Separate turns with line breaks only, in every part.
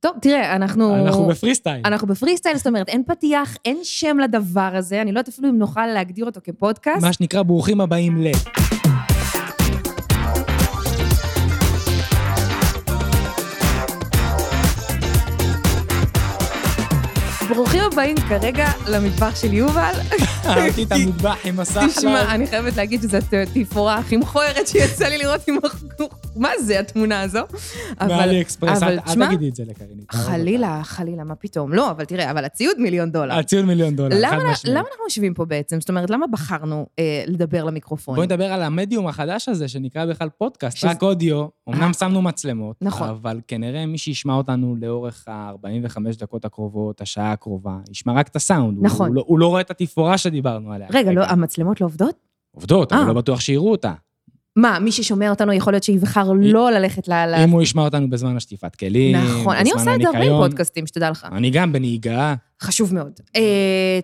טוב, תראה, אנחנו...
אנחנו בפרי סטייל.
אנחנו בפרי סטייל, זאת אומרת, אין פתיח, אין שם לדבר הזה, אני לא יודעת אפילו אם נוכל להגדיר אותו כפודקאסט.
מה שנקרא, ברוכים הבאים ל...
ברוכים הבאים כרגע למטבח של יובל.
אהבתי את המטבח עם הסחלב.
אה, תשמע, אני חייבת להגיד שזו התפאורה הכי מכוערת שיצא לי לראות עם החגוך. מה זה התמונה הזו?
באלי אקספרס,
אבל
אל אל
תשמע,
תגידי את זה לקרינית.
חלילה, חלילה, מה פתאום? לא, אבל תראה, אבל הציוד מיליון דולר.
הציון מיליון דולר,
למה
חד
למה
משמעית.
אנחנו יושבים פה בעצם? זאת אומרת, למה בחרנו אה, לדבר למיקרופון?
בואי נדבר על המדיום החדש הזה, שנקרא בכלל פודקאסט,
שזה- אה.
רק אודיו. אמנם שמנו מצלמות,
נכון.
אבל כנראה מי שישמע אותנו לאורך ה-45 דקות הקרובות, השעה הקרובה, ישמע רק את הסאונד. הוא-
נכון.
הוא לא- הוא לא רואה את התפאורה שדיברנו עליה.
רגע, לא, המצלמות לא עובדות?
עובדות, אבל
אה.
לא בטוח שיראו אותה.
מה, מי ששומע אותנו יכול להיות שיבחר לא ללכת ל... ל-
אם הוא ישמע אותנו בזמן השטיפת כלים,
נכון. אני
בזמן
עושה את זה הרבה עם
הניקיון.
פודקאסטים, שתדע לך.
אני גם בנהיגה.
חשוב מאוד. אה,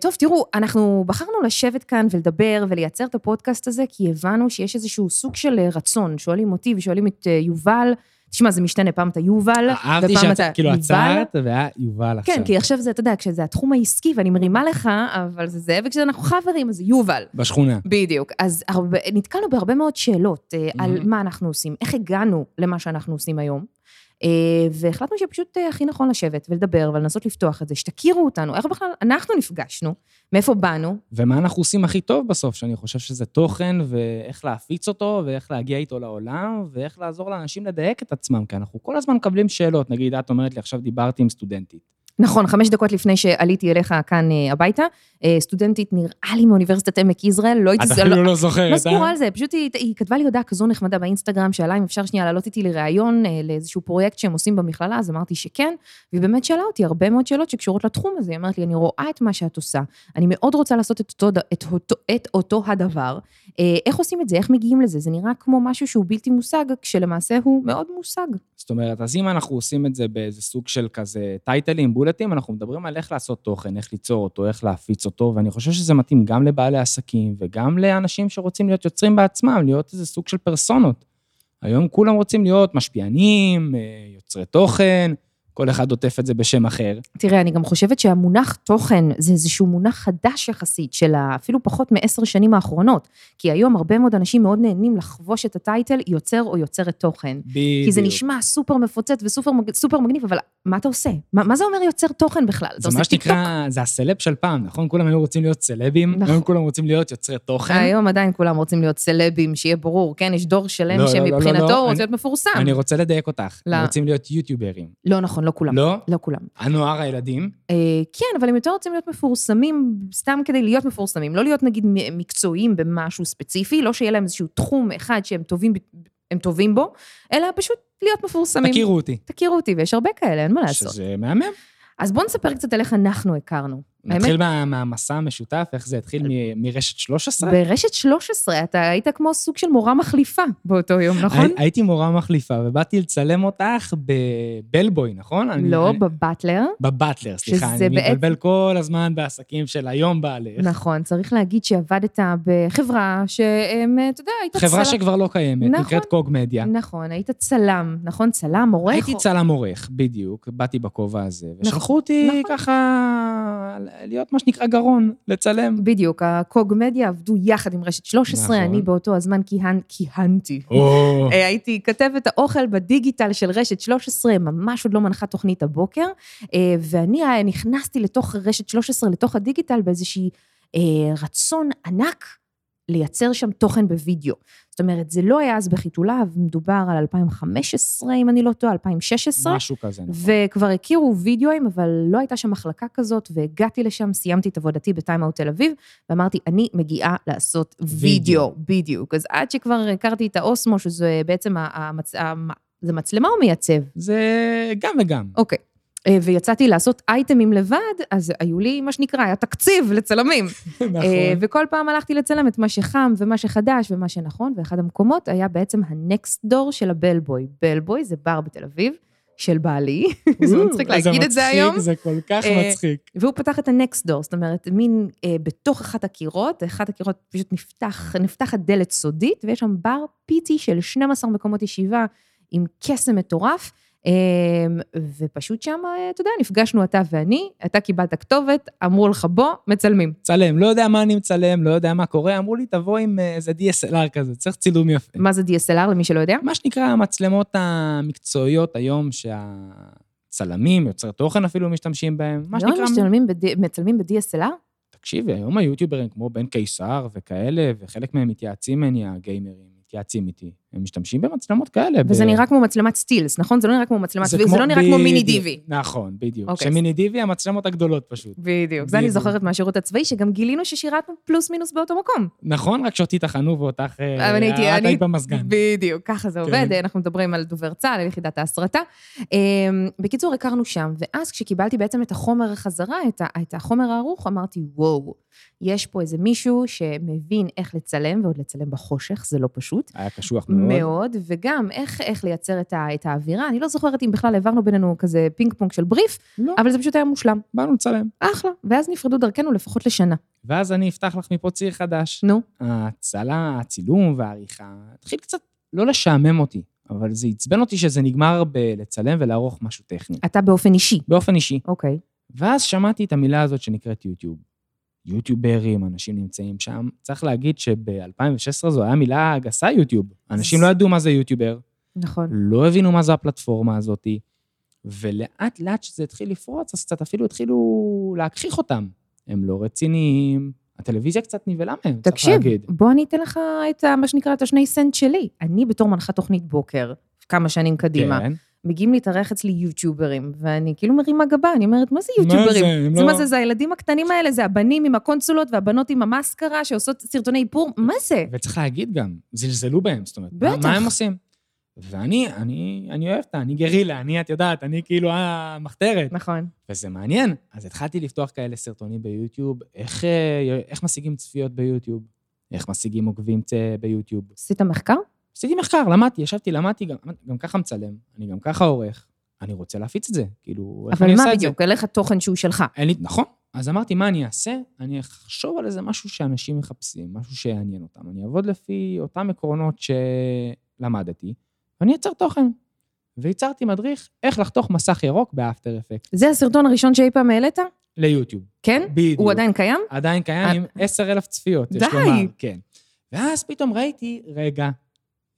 טוב, תראו, אנחנו בחרנו לשבת כאן ולדבר ולייצר את הפודקאסט הזה, כי הבנו שיש איזשהו סוג של אה, רצון. שואלים אותי ושואלים את אה, יובל, תשמע, זה משתנה, פעם אתה יובל,
אהבתי
ופעם
שאת
אתה
כאילו
לא, יובל.
עצרת, והיה יובל עכשיו.
כן, כי עכשיו זה, אתה יודע, כשזה התחום העסקי ואני מרימה לך, אבל זה זה, וכשאנחנו חברים, אז זה יובל.
בשכונה.
בדיוק. אז הרבה, נתקלנו בהרבה מאוד שאלות אה, על
Mhm.
מה אנחנו עושים, איך הגענו למה שאנחנו עושים היום, אה, והחלטנו שפשוט אה, הכי נכון לשבת ולדבר ולנסות לפתוח את זה, שתכירו אותנו, איך בכלל אנחנו נפגשנו, מאיפה באנו,
ומה אנחנו עושים הכי טוב בסוף, שאני חושב שזה תוכן, ואיך להפיץ אותו, ואיך להגיע איתו לעולם, ואיך לעזור לאנשים לדייק את עצמם, כי אנחנו כל הזמן מקבלים שאלות. נגיד, את אומרת לי, עכשיו דיברתי עם סטודנטית.
נכון, חמש דקות לפני שעליתי אליך כאן אה, הביתה, אה, סטודנטית נראה לי מאוניברסיטת עמק יזרעאל, לא הייתי...
לא
לא
זוכרת,
סגורה על זה, פשוט היא, היא כתבה לי הודעה כזו נחמדה באינסטגרם, שאלה אם אפשר שנייה לעלות איתי לראיון אה, לאיזשהו פרויקט שהם עושים במכללה, אז אמרתי שכן, והיא באמת שאלה אותי הרבה מאוד שאלות שקשורות לתחום הזה, היא אמרת לי, אני רואה את מה שאת עושה, אני מאוד רוצה לעשות את אותו, ד- את אותו, את אותו הדבר, אה, איך עושים את זה, איך מגיעים לזה, זה נראה כמו משהו שהוא בלתי מושג, כשלמעשה הוא מאוד מושג.
זאת אומרת, אז אם אנחנו עושים את זה באיזה סוג של כזה טייטלים, בולטים, אנחנו מדברים על איך לעשות תוכן, איך ליצור אותו, איך להפיץ אותו, ואני חושב שזה מתאים גם לבעלי עסקים וגם לאנשים שרוצים להיות יוצרים בעצמם, להיות איזה סוג של פרסונות. היום כולם רוצים להיות משפיענים, אה, יוצרי תוכן, כל אחד עוטף את זה בשם אחר.
תראה, אני גם חושבת שהמונח תוכן זה איזשהו מונח חדש יחסית של ה- אפילו פחות מעשר שנים האחרונות, כי היום הרבה מאוד אנשים מאוד נהנים לחבוש את הטייטל יוצר או יוצרת תוכן.
בדיוק.
כי זה נשמע סופר מפוצץ וסופר מג- סופר מגניב, אבל מה אתה עושה? מה, מה זה אומר יוצר תוכן בכלל? אתה
זה
עושה
מה
טיקטוק?
שנקרא, זה הסלב של פעם, נכון? כולם היו רוצים להיות סלבים,
נכון.
היום כולם רוצים להיות יוצרי תוכן.
היום עדיין כולם רוצים להיות סלבים, שיהיה ברור, כן? יש דור שלם
לא, לא, לא, לא,
שמבחינתו
לא,
רוצה
אני-
להיות מפורסם.
אני רוצה לדייק אותך,
לא.
הם רוצים להיות יוטיוברים.
לא נכון, לא כולם.
לא?
לא כולם.
הנוער הילדים,
אה, כן, אבל הם יותר רוצים להיות מפורסמים, סתם כדי להיות מפורסמים, לא להיות נגיד מ- מקצועיים במשהו ספציפי, לא שיהיה להם איזשהו תחום אחד שהם טובים, ב- הם טובים בו, אלא פשוט להיות מפורסמים.
תכירו אותי.
תכירו אותי, ויש הרבה כאלה, אין מה לעשות.
שזה מהמם.
אז בואו נספר קצת על איך אנחנו הכרנו.
נתחיל מה- מהמסע המשותף, איך זה התחיל מ- מרשת 13?
ברשת 13 אתה היית כמו סוג של מורה מחליפה באותו יום, נכון?
הי- הייתי מורה מחליפה, ובאתי לצלם אותך בבלבוי, נכון? אני-
לא,
אני-
בבטלר.
בבטלר, סליחה,
שזה
אני
בעצם-
מתבלבל כל הזמן בעסקים של היום בעלך.
נכון, צריך להגיד שעבדת בחברה שהם, אה, אתה יודע, היית צלם.
חברה שכבר לא קיימת,
נכון.
נקראת קוג מדיה.
נכון, היית צלם, נכון? צלם, עורך.
הייתי
או-
צלם עורך, בדיוק, באתי בכובע הזה,
נכון,
ושלחו אותי
נכון.
ככה להיות מה שנקרא גרון, לצלם.
בדיוק, הקוג מדיה עבדו יחד עם רשת 13,
נכון. אוקיי.
אני באותו הזמן כיהנ, כיהנתי.
או,
אה, הייתי כתבת האוכל בדיגיטל של רשת 13, ממש עוד לא מנחה תוכנית הבוקר, אה, ואני אה, נכנסתי לתוך רשת 13, לתוך הדיגיטל, באיזושהי אה, רצון ענק לייצר שם תוכן בווידאו. זאת אומרת, זה לא היה אז בחיתוליו, מדובר על 2015, אם אני לא טועה, 2016.
משהו כזה, נכון.
וכבר הכירו וידאוים, אבל לא הייתה שם מחלקה כזאת, והגעתי לשם, סיימתי את עבודתי בטיימאוט תל אביב, ואמרתי, אני מגיעה לעשות וידאו,
וידאו.
בדיוק. אז עד שכבר הכרתי את האוסמו, שזה בעצם, המצ... המ- זה מצלמה או מייצב?
זה גם וגם.
אוקיי. אה, ויצאתי לעשות אייטמים לבד, אז היו לי, מה שנקרא, היה תקציב לצלמים. אה,
נכון.
וכל פעם הלכתי לצלם את מה שחם ומה שחדש ומה שנכון, ואחד המקומות היה בעצם הנקסט דור של הבלבוי. בלבוי זה בר בתל אביב, של בעלי, זה מצחיק להגיד את זה היום.
Mm, זה כל כך
אה,
מצחיק.
והוא פתח את הנקסט דור, זאת אומרת, מין אה, בתוך אחת הקירות, אחת הקירות פשוט נפתח, נפתחת דלת סודית, ויש שם בר פיצי של 12 מקומות ישיבה עם קסם מטורף, אה, אמ, ופשוט שם, אה, אתה יודע, נפגשנו אתה ואני, אתה קיבלת כתובת, אמרו לך בוא, מצלמים.
צלם, לא יודע מה אני מצלם, לא יודע מה קורה, אמרו לי, תבוא עם אה, איזה DSLR כזה, צריך צילום יפה.
מה זה DSLR למי שלא יודע?
מה שנקרא המצלמות המקצועיות היום, שהצלמים, יוצרי תוכן אפילו משתמשים בהם, מה
היום
שנקרא...
משתלמים בד- מצלמים ב-DSLR?
תקשיבי, היום היוטיוברים כמו בן קיסר וכאלה, וחלק מהם מתייעצים ממני, הגיימרים, מתייעצים איתי. הם משתמשים במצלמות כאלה.
וזה נראה כמו מצלמת סטילס, נכון? זה לא נראה כמו מצלמת
זה
סטילס, זה
כמו-
לא נראה כמו מיני
בדיוק,
דיווי.
נכון, בדיוק.
אוקיי.
שמיני דיווי, המצלמות הגדולות פשוט.
בדיוק. זה אני
בדיוק.
זוכרת מהשירות הצבאי, שגם גילינו ששירתנו פלוס מינוס באותו מקום.
נכון, רק שאותי טחנו ואותך... אה,
אבל אני הייתי-
את
אני-
היית במזגן.
בדיוק, ככה זה
כן.
עובד. אנחנו מדברים על דובר צה"ל, על יחידת ההסרטה. אמ, בקיצור, הכרנו שם, ואז כשקיבלתי בעצם את החומר חזרה, את ה- את החומר הערוך, אמרתי, וואו, יש פה איזה מישהו שמבין איך לצלם, ועוד לצלם בחושך, זה לא פשוט.
היה קשוח מאוד.
מאוד, וגם איך, איך לייצר את, ה, את האווירה. אני לא זוכרת אם בכלל העברנו בינינו כזה פינג פונג של בריף,
לא,
אבל זה פשוט היה מושלם.
באנו לצלם.
אחלה. ואז נפרדו דרכנו לפחות לשנה.
ואז אני אפתח לך מפה ציר חדש.
נו.
ההצלה, הצילום והעריכה, התחיל קצת לא לשעמם אותי, אבל זה עצבן אותי שזה נגמר בלצלם ולערוך משהו טכני.
אתה באופן אישי.
באופן אישי.
אוקיי.
ואז שמעתי את המילה הזאת שנקראת יוטיוב. יוטיוברים, אנשים נמצאים שם. צריך להגיד שב-2016 זו הייתה מילה גסה, יוטיוב. אנשים
זה-
לא ידעו מה זה יוטיובר,
נכון.
לא הבינו מה זו הפלטפורמה הזאת, ולאט לאט שזה התחיל לפרוץ, אז קצת אפילו התחילו להגחיך אותם. הם לא רציניים, הטלוויזיה קצת נבהלה מהם, צריך
תקשיב,
להגיד.
בוא אני אתן לך את ה, מה שנקרא את השני סנט שלי. אני בתור מנחת תוכנית בוקר, כמה שנים קדימה,
כן.
מגיעים להתארח אצלי יוטיוברים, ואני כאילו מרימה גבה, אני אומרת, מה זה יוטיוברים?
מה זה? הם
זה
לא-
מה זה, זה הילדים הקטנים האלה, זה הבנים עם הקונסולות והבנות עם המאסקרה שעושות סרטוני איפור, מה זה?
וצריך להגיד גם, זלזלו בהם, זאת אומרת,
בטח.
מה- מה הם עושים? ואני, אני, אני אוהב אותה, אני גרילה, אני, את יודעת, אני כאילו המחתרת.
נכון.
וזה מעניין. אז התחלתי לפתוח כאלה סרטונים ביוטיוב, איך, אה, איך משיגים צפיות ביוטיוב, איך משיגים עוקבים צ- ביוטיוב.
עשית מחקר?
עשיתי מחקר, למדתי, ישבתי, למדתי, גם, גם ככה מצלם, אני גם ככה עורך, אני רוצה להפיץ את זה, כאילו, איך
אבל
אני
מה
עושה את זה?
בדיוק? אליך תוכן שהוא שלך.
אין לי, נכון. אז אמרתי, מה אני אעשה? אני אחשוב על איזה משהו שאנשים מחפשים, משהו שיעניין אותם. אני אעבוד לפי אותם עקרונות שלמדתי, ואני אצר תוכן. וייצרתי מדריך איך לחתוך מסך ירוק באפטר אפקט,
זה הסרטון הראשון שאי פעם העלית?
ליוטיוב.
כן?
בדיוק.
הוא עדיין קיים?
עדיין קיים עם 10,000 צפיות, יש
די.
לומר. כן. ואז פתאום ראיתי, רגע,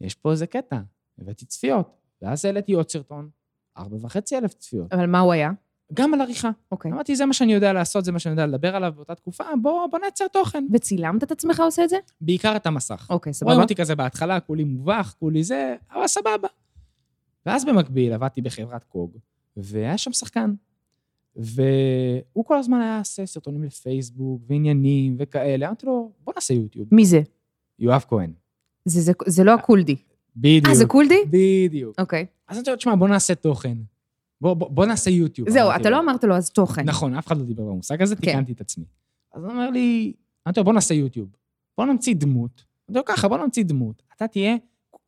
יש פה איזה קטע, הבאתי צפיות. ואז העליתי עוד סרטון, 4,500 צפיות.
אבל מה הוא היה?
גם על עריכה.
אוקיי.
אמרתי, זה מה שאני יודע לעשות, זה מה שאני יודע לדבר עליו באותה תקופה, בוא, בוא נייצר תוכן.
וצילמת את עצמך עושה את זה?
בעיקר את המסך.
אוקיי, סבבה.
רואים אותי כזה בהתחלה, כולי מובך, כולי זה, אבל סבבה. ואז במקביל עבדתי בחברת קוג, והיה שם שחקן. והוא כל הזמן היה עושה סרטונים לפייסבוק ועניינים וכאלה. אמרתי לו, בוא נעשה יוטיוב.
מי זה?
יואב כהן.
זה- זה- זה לא הקולדי.
בדיוק. לא
אה, זה קולדי?
בדיוק.
אוקיי.
אז אמרתי לו, תשמע, בוא נעשה תוכן. בוא, בוא, בוא נעשה יוטיוב.
זהו,
אמרתי
אתה
לו.
לא אמרת לו אז תוכן.
נכון, אף אחד לא דיבר במושג הזה,
כן.
תיקנתי את עצמי. אז הוא אומר לי, אמרתי לו, בוא נעשה יוטיוב. בוא נמציא דמות. אמרתי לו, ככה, בוא נמציא דמות. אתה תהיה...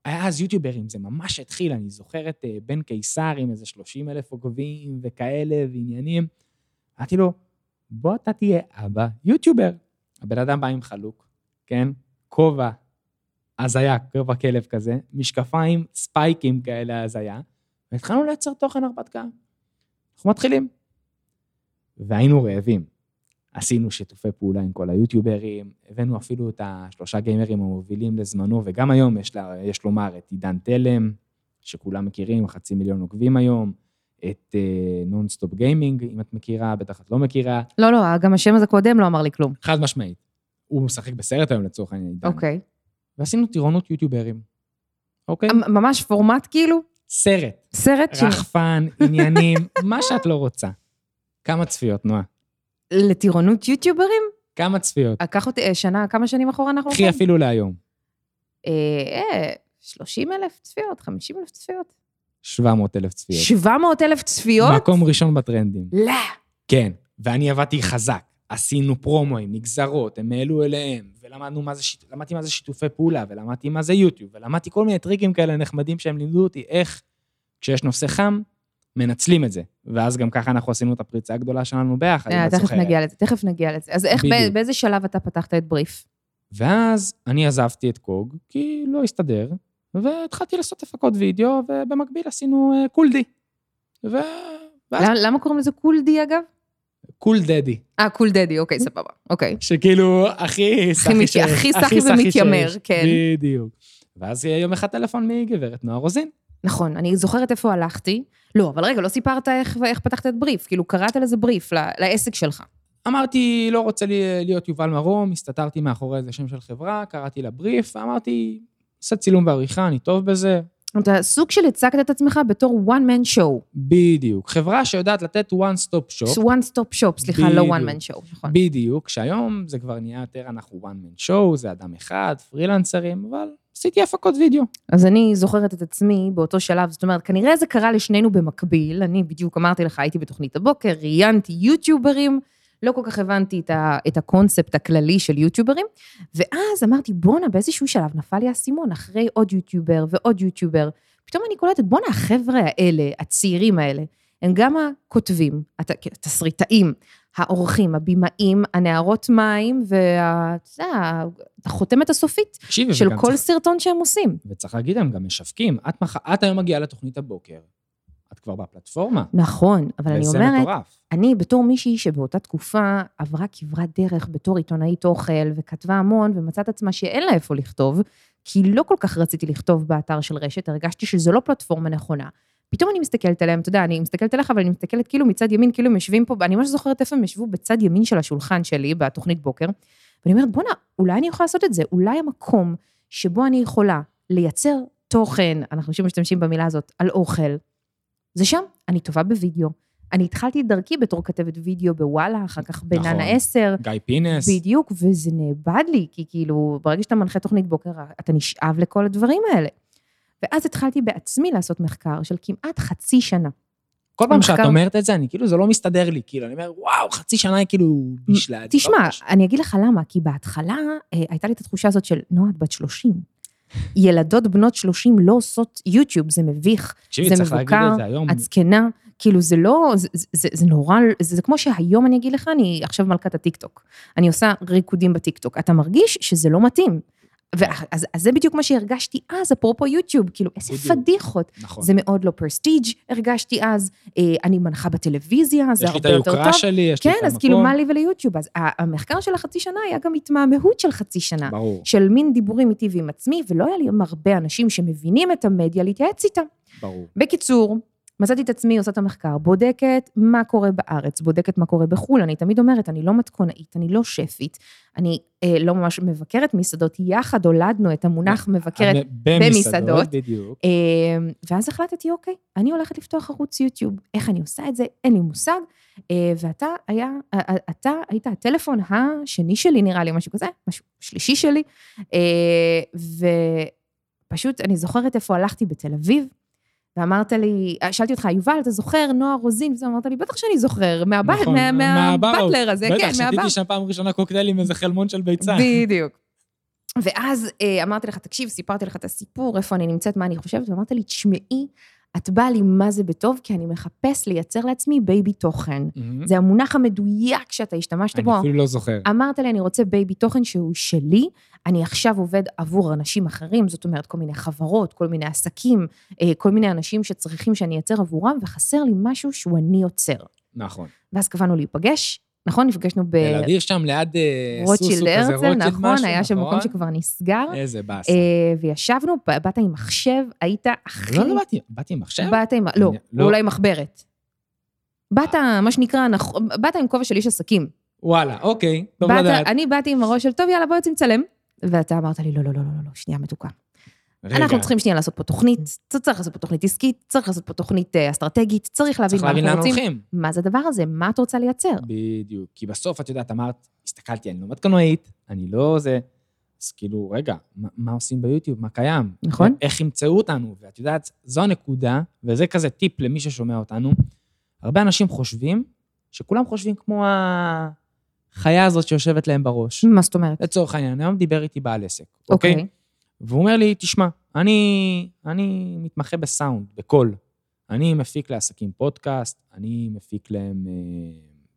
היה אז יוטיוברים, זה ממש התחיל, אני זוכר את אה, בן קיסר עם איזה 30 אלף עוקבים וכאלה ועניינים. אמרתי לו, בוא אתה תהיה אבא יוטיובר. הבן אדם בא עם חלוק, כן? כובע, הזיה, כובע כלב כזה, משקפיים, ספייקים כאלה הזיה, והתחלנו לייצר תוכן הרפתקה. אנחנו מתחילים. והיינו רעבים. עשינו שיתופי פעולה עם כל היוטיוברים, הבאנו אפילו את השלושה גיימרים המובילים לזמנו, וגם היום יש, לה, יש לומר את עידן תלם, שכולם מכירים, חצי מיליון עוקבים היום, את אה, נונסטופ גיימינג, אם את מכירה, בטח את לא מכירה,
לא, לא, גם השם הזה קודם לא אמר לי כלום.
חד משמעית. הוא משחק בסרט היום לצורך העניין, עידן.
אוקיי.
ועשינו טירונות יוטיוברים, אוקיי?
מ- אמ, ממש פורמט כאילו?
סרט,
סרט של...
רחפן, עניינים, מה שאת לא רוצה. כמה צפיות, נועה?
לטירונות יוטיוברים?
כמה צפיות?
אה, קח אותי אה, שנה, כמה שנים אחורה אנחנו
קחי אפילו להיום,
אה, 30 אלף צפיות, 50 אלף צפיות.
700 אלף צפיות.
700 אלף צפיות?
מקום ראשון בטרנדים.
לא.
כן, ואני עבדתי חזק. עשינו פרומואים, נגזרות, הם העלו אליהם, ולמדנו מה זה, שיט- למדתי מה זה שיתופי פעולה, ולמדתי מה זה יוטיוב, ולמדתי כל מיני טריקים כאלה נחמדים שהם לימדו אותי איך כשיש נושא חם, מנצלים את זה. ואז גם ככה אנחנו עשינו את הפריצה הגדולה שלנו ביחד, אם
אה,
את
תכף
זוכרת.
נגיע לזה, תכף נגיע לזה. אז איך, בא-
בדיוק.
באיזה שלב אתה פתחת את בריף?
ואז אני עזבתי את קוג, כי לא הסתדר, והתחלתי לעשות הפקות וידאו, ובמקביל עשינו אה, קולדי. ו... ואז
למה- למה קוראים לזה קול די אגב?
קול דדי,
אה, קול דדי, אוקיי, סבבה. אוקיי.
שכאילו, הכי
מת-
סחי שיש.
הכי סחי ומתיימר,
שיש.
כן.
בדיוק. ואז יהיה יום אחד טלפון מגברת נועה רוזין.
נכון, אני זוכרת איפה הלכתי. לא, אבל רגע, לא סיפרת איך, איך פתחת את בריף. כאילו, קראת לזה בריף, ל- לעסק שלך.
אמרתי, לא רוצה לי- להיות יובל מרום, הסתתרתי מאחורי איזה שם של חברה, קראתי לה בריף, ואמרתי, עושה צילום ועריכה, אני טוב בזה.
אתה סוג של הצגת את עצמך בתור one man show.
בדיוק. חברה שיודעת לתת one stop shop.
זה one stop shop, סליחה, לא one man show, נכון.
בדיוק, שהיום זה כבר נהיה יותר, אנחנו one man show, זה אדם אחד, פרילנסרים, אבל עשיתי הפקות וידאו.
אז אני זוכרת את עצמי באותו שלב, זאת אומרת, כנראה זה קרה לשנינו במקביל, אני בדיוק אמרתי לך, הייתי בתוכנית הבוקר, ראיינתי יוטיוברים, לא כל כך הבנתי את, ה, את הקונספט הכללי של יוטיוברים, ואז אמרתי, בואנה, באיזשהו שלב נפל לי האסימון, אחרי עוד יוטיובר ועוד יוטיובר, פתאום אני קולטת, בואנה, החבר'ה האלה, הצעירים האלה, הם גם הכותבים, הת- התסריטאים, העורכים, הבמאים, הנערות מים, וה... אתה יודע, החותמת הסופית
תקשיבי,
של
וגם
כל
כן, צריך-
סרטון שהם עושים.
וצריך להגיד, הם גם משווקים. את מח- את היום מגיעה לתוכנית הבוקר, את כבר בפלטפורמה.
נכון, אבל אני
וזה
אומרת,
מטורף.
אני בתור מישהי שבאותה תקופה עברה כברת דרך בתור עיתונאית אוכל וכתבה המון ומצאת עצמה שאין לה איפה לכתוב, כי לא כל כך רציתי לכתוב באתר של רשת, הרגשתי שזו לא פלטפורמה נכונה. פתאום אני מסתכלת עליהם, אתה יודע, אני מסתכלת עליך, אבל אני מסתכלת כאילו מצד ימין, כאילו הם יושבים פה, אני ממש זוכרת איפה הם ישבו בצד ימין של השולחן שלי, בתוכנית בוקר, ואני אומרת, בואנה, אולי אני יכולה לעשות את זה, אולי המקום שבו אני יכולה לייצר תוכן, אנחנו שוב משתמשים במילה הזאת, על אוכל, זה שם, אני טובה בווידאו. אני התחלתי את דרכי בתור כתבת וידאו בוואלה, אחר כך בננה
נכון.
10,
גיא פינס.
בדיוק, וזה נאבד לי, כי כאילו, ברגע שאתה מנחה תוכנית בוקר, אתה נשאב לכל הדברים האלה. ואז התחלתי בעצמי לעשות מחקר של כמעט חצי שנה.
כל פעם
המחקר-
שאת אומרת את זה, אני כאילו, זה לא מסתדר לי, כאילו, אני אומר, וואו, חצי שנה היא כאילו בשלה. אני לא
תשמע,
ממש-
אני אגיד לך למה, כי בהתחלה אה, הייתה לי את התחושה הזאת של, נועה, את בת 30. ילדות בנות 30 לא עושות יוטיוב, זה מביך,
תקשיבי,
זה
צריך להגיד
מבוקר,
את זה היום.
את זקנה, כאילו זה לא, זה, זה, זה, זה נורא, זה, זה כמו שהיום אני אגיד לך, אני עכשיו מלכת הטיקטוק. אני עושה ריקודים בטיקטוק. אתה מרגיש שזה לא מתאים. ואז- אז, אז זה בדיוק מה שהרגשתי אז, אפרופו יוטיוב, כאילו, איזה
בדיוק.
פדיחות.
נכון.
זה מאוד לא פרסטיג' הרגשתי אז, אה, אני מנחה בטלוויזיה, זה הרבה
יש לי את
יותר טוב.
היוקרה שלי, יש לי את
כן,
המקום.
אז כאילו, מה לי וליוטיוב? אז ה- המחקר של החצי שנה היה גם התמהמהות של חצי שנה.
ברור,
של מין דיבורים איתי ועם עצמי, ולא היה לי הרבה אנשים שמבינים את המדיה להתייעץ איתם.
ברור.
בקיצור, מצאתי את עצמי עושה את המחקר, בודקת מה קורה בארץ, בודקת מה קורה בחו"ל. אני תמיד אומרת, אני לא מתכונאית, אני לא שפית, אני אה, לא ממש מבקרת מסעדות, יחד הולדנו את המונח מבקרת.
המ- במסעדות.
במסעדות.
בדיוק.
אה, ואז החלטתי, אוקיי, אני הולכת לפתוח ערוץ יוטיוב. איך אני עושה את זה? אין לי מושג. אה, ואתה היה, אה, אה, אתה היית הטלפון השני שלי, נראה לי, משהו כזה, משהו שלישי שלי. אה, ופשוט, אני זוכרת איפה הלכתי בתל אביב, ואמרת לי, אה, שאלתי אותך, יובל, אתה זוכר, נועה רוזין? וזה אמרת לי, בטח שאני זוכר, מהבטלר
נכון,
מה, מה,
מהבר.
הזה, כן,
בטח,
מהבר.
שתיתי לא שם פעם ראשונה קוקטייל עם איזה חלמון של ביצה.
בדיוק. ואז אה, אמרתי לך, תקשיב, סיפרתי לך את הסיפור, איפה אני נמצאת, מה אני חושבת, ואמרת לי, תשמעי, את באה לי מה זה בטוב, כי אני מחפש לייצר לעצמי בייבי תוכן.
מהמם.
זה המונח המדויק שאתה השתמשת
Mm-hmm. אני
בו.
אפילו לא זוכר.
אמרת לי, אני רוצה בייבי תוכן שהוא שלי, אני עכשיו עובד עבור אנשים אחרים, זאת אומרת, כל מיני חברות, כל מיני עסקים, אה, כל מיני אנשים שצריכים שאני אייצר עבורם, וחסר לי משהו שהוא אני יוצר.
נכון.
ואז קבענו להיפגש, נכון? נפגשנו ב...
תל אביב שם ליד אה, סוסו כזה,
רוטשילד הרצל, נכון,
משהו,
היה שם
נכון?
מקום שכבר נסגר.
איזה באסה.
אה, וישבנו, ב- באת עם מחשב, היית הכי...
לא, לא באתי, באתי עם מחשב?
באת עם... לא,
אני- לא.
אולי מחברת. באת, מה שנקרא, נכ- באת עם כובע של איש עסקים.
וואלה, אוקיי, טוב
באת-
לדעת.
אני באתי עם הראש של, טוב, יאללה, בוא יוצאים לצלם. ואתה אמרת לי, לא, לא, לא, לא, לא, לא, שנייה מתוקה.
רגע,
אנחנו צריכים שנייה לעשות פה תוכנית, צ- צריך לעשות פה תוכנית עסקית, צריך לעשות פה תוכנית אה, אסטרטגית, צריך להבין
צריך
מה
להבין לאן
אנחנו רוצים.
הולכים.
מה זה הדבר הזה? מה את רוצה לייצר?
בדיוק. כי בסוף, את יודעת, אמרת, הסתכלתי, אני לא מתקנועית, אני לא זה. אז כאילו, רגע, מה, מה עושים ביוטיוב? מה קיים?
נכון.
איך ימצאו אותנו? ואת יודעת, זו הנקודה, וזה כזה טיפ למי ששומע אותנו. הרבה אנשים חושבים, שכולם חושבים כמו החיה הזאת שיושבת להם בראש.
מה זאת אומרת?
לצורך העניין, היום דיבר איתי בעל עסק, אה, אוקיי?
אוקיי.
והוא אומר לי, תשמע, אני, אני מתמחה בסאונד, בקול. אני מפיק לעסקים פודקאסט, אני מפיק להם אה,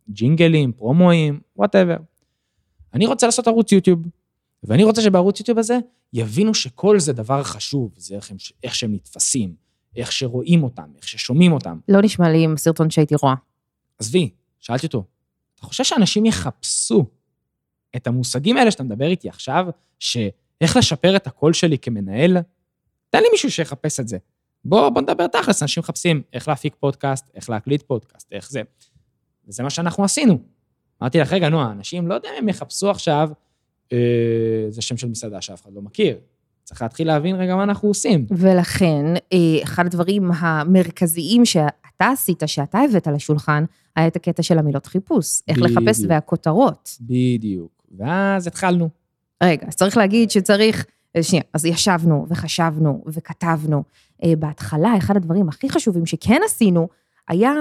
ג'ינגלים, פרומואים, וואטאבר. אני רוצה לעשות ערוץ יוטיוב, ואני רוצה שבערוץ יוטיוב הזה יבינו שכל זה דבר חשוב, זה איך, הם, איך שהם נתפסים, איך שרואים אותם, איך ששומעים אותם.
לא נשמע לי עם סרטון שהייתי רואה.
עזבי, שאלתי אותו, אתה חושב שאנשים יחפשו את המושגים האלה שאתה מדבר איתי עכשיו, שאיך לשפר את הקול שלי כמנהל? תן לי מישהו שיחפש את זה. בוא, בוא נדבר תכלס, אנשים מחפשים איך להפיק פודקאסט, איך להקליט פודקאסט, איך זה. וזה מה שאנחנו עשינו. אמרתי לך, רגע, נועה, אנשים, לא יודע אם הם יחפשו עכשיו, אה, זה שם של מסעדה שאף אחד לא מכיר. צריך להתחיל להבין רגע מה אנחנו עושים.
ולכן, אה, אחד הדברים המרכזיים שאתה עשית, שאתה הבאת לשולחן, היה את הקטע של המילות חיפוש. איך
בדיוק.
לחפש והכותרות.
בדיוק. ואז התחלנו.
רגע, אז צריך להגיד שצריך... אה, שנייה, אז ישבנו וחשבנו וכתבנו. אה, בהתחלה, אחד הדברים הכי חשובים שכן עשינו, היה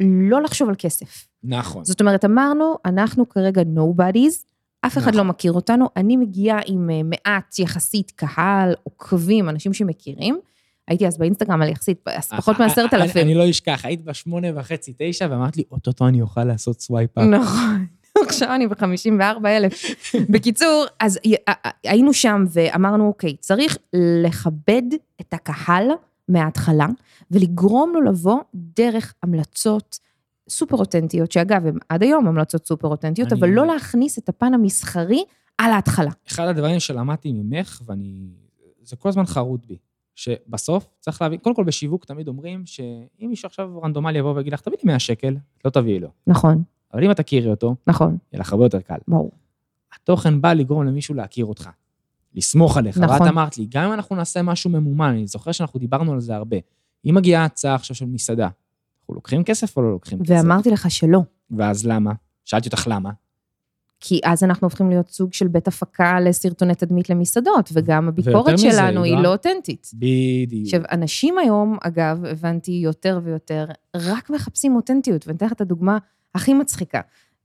לא לחשוב על כסף.
נכון.
זאת אומרת, אמרנו, אנחנו כרגע nobodies, אף אחד
נכון.
לא מכיר אותנו, אני מגיעה עם אה, מעט יחסית קהל, עוקבים, אנשים שמכירים. הייתי אז באינסטגרם על יחסית, אז פחות
אה,
מעשרת
אה,
אלפים.
אני לא אשכח, היית בשמונה וחצי, תשע, ואמרת לי, אוטוטו אני אוכל לעשות סווייפ אפ.
נכון. עכשיו אני ב-54 אלף. בקיצור, אז י- ה- ה- היינו שם ואמרנו, אוקיי, צריך לכבד את הקהל מההתחלה ולגרום לו לבוא דרך המלצות סופר אותנטיות, שאגב, הן עד היום המלצות סופר אותנטיות,
אני-
אבל לא להכניס את הפן המסחרי על ההתחלה.
אחד הדברים שלמדתי ממך, ואני... זה כל הזמן חרוט בי, שבסוף צריך להבין, קודם כל בשיווק תמיד אומרים שאם מישהו עכשיו רנדומלי יבוא ויגיד לך, תביא לי 100 שקל, לא תביאי לו.
נכון,
אבל אם את תכירי אותו,
נכון,
יהיה לך הרבה יותר קל.
ברור.
התוכן בא לגרום למישהו להכיר אותך, לסמוך עליך.
נכון.
ואת אמרת לי, גם אם אנחנו נעשה משהו ממומן, אני זוכר שאנחנו דיברנו על זה הרבה. אם מגיעה הצעה עכשיו של מסעדה, אנחנו לוקחים כסף או לא לוקחים כסף?
ואמרתי לך שלא,
ואז למה? שאלתי אותך למה.
כי אז אנחנו הופכים להיות סוג של בית הפקה לסרטוני תדמית למסעדות, וגם הביקורת
מזה,
שלנו היא
גם-
לא אותנטית.
בדיוק.
עכשיו, אנשים היום, אגב, הבנתי יותר ויותר, רק מחפשים אותנטיות, ואני אתן לך את הדוגמה הכי מצחיקה.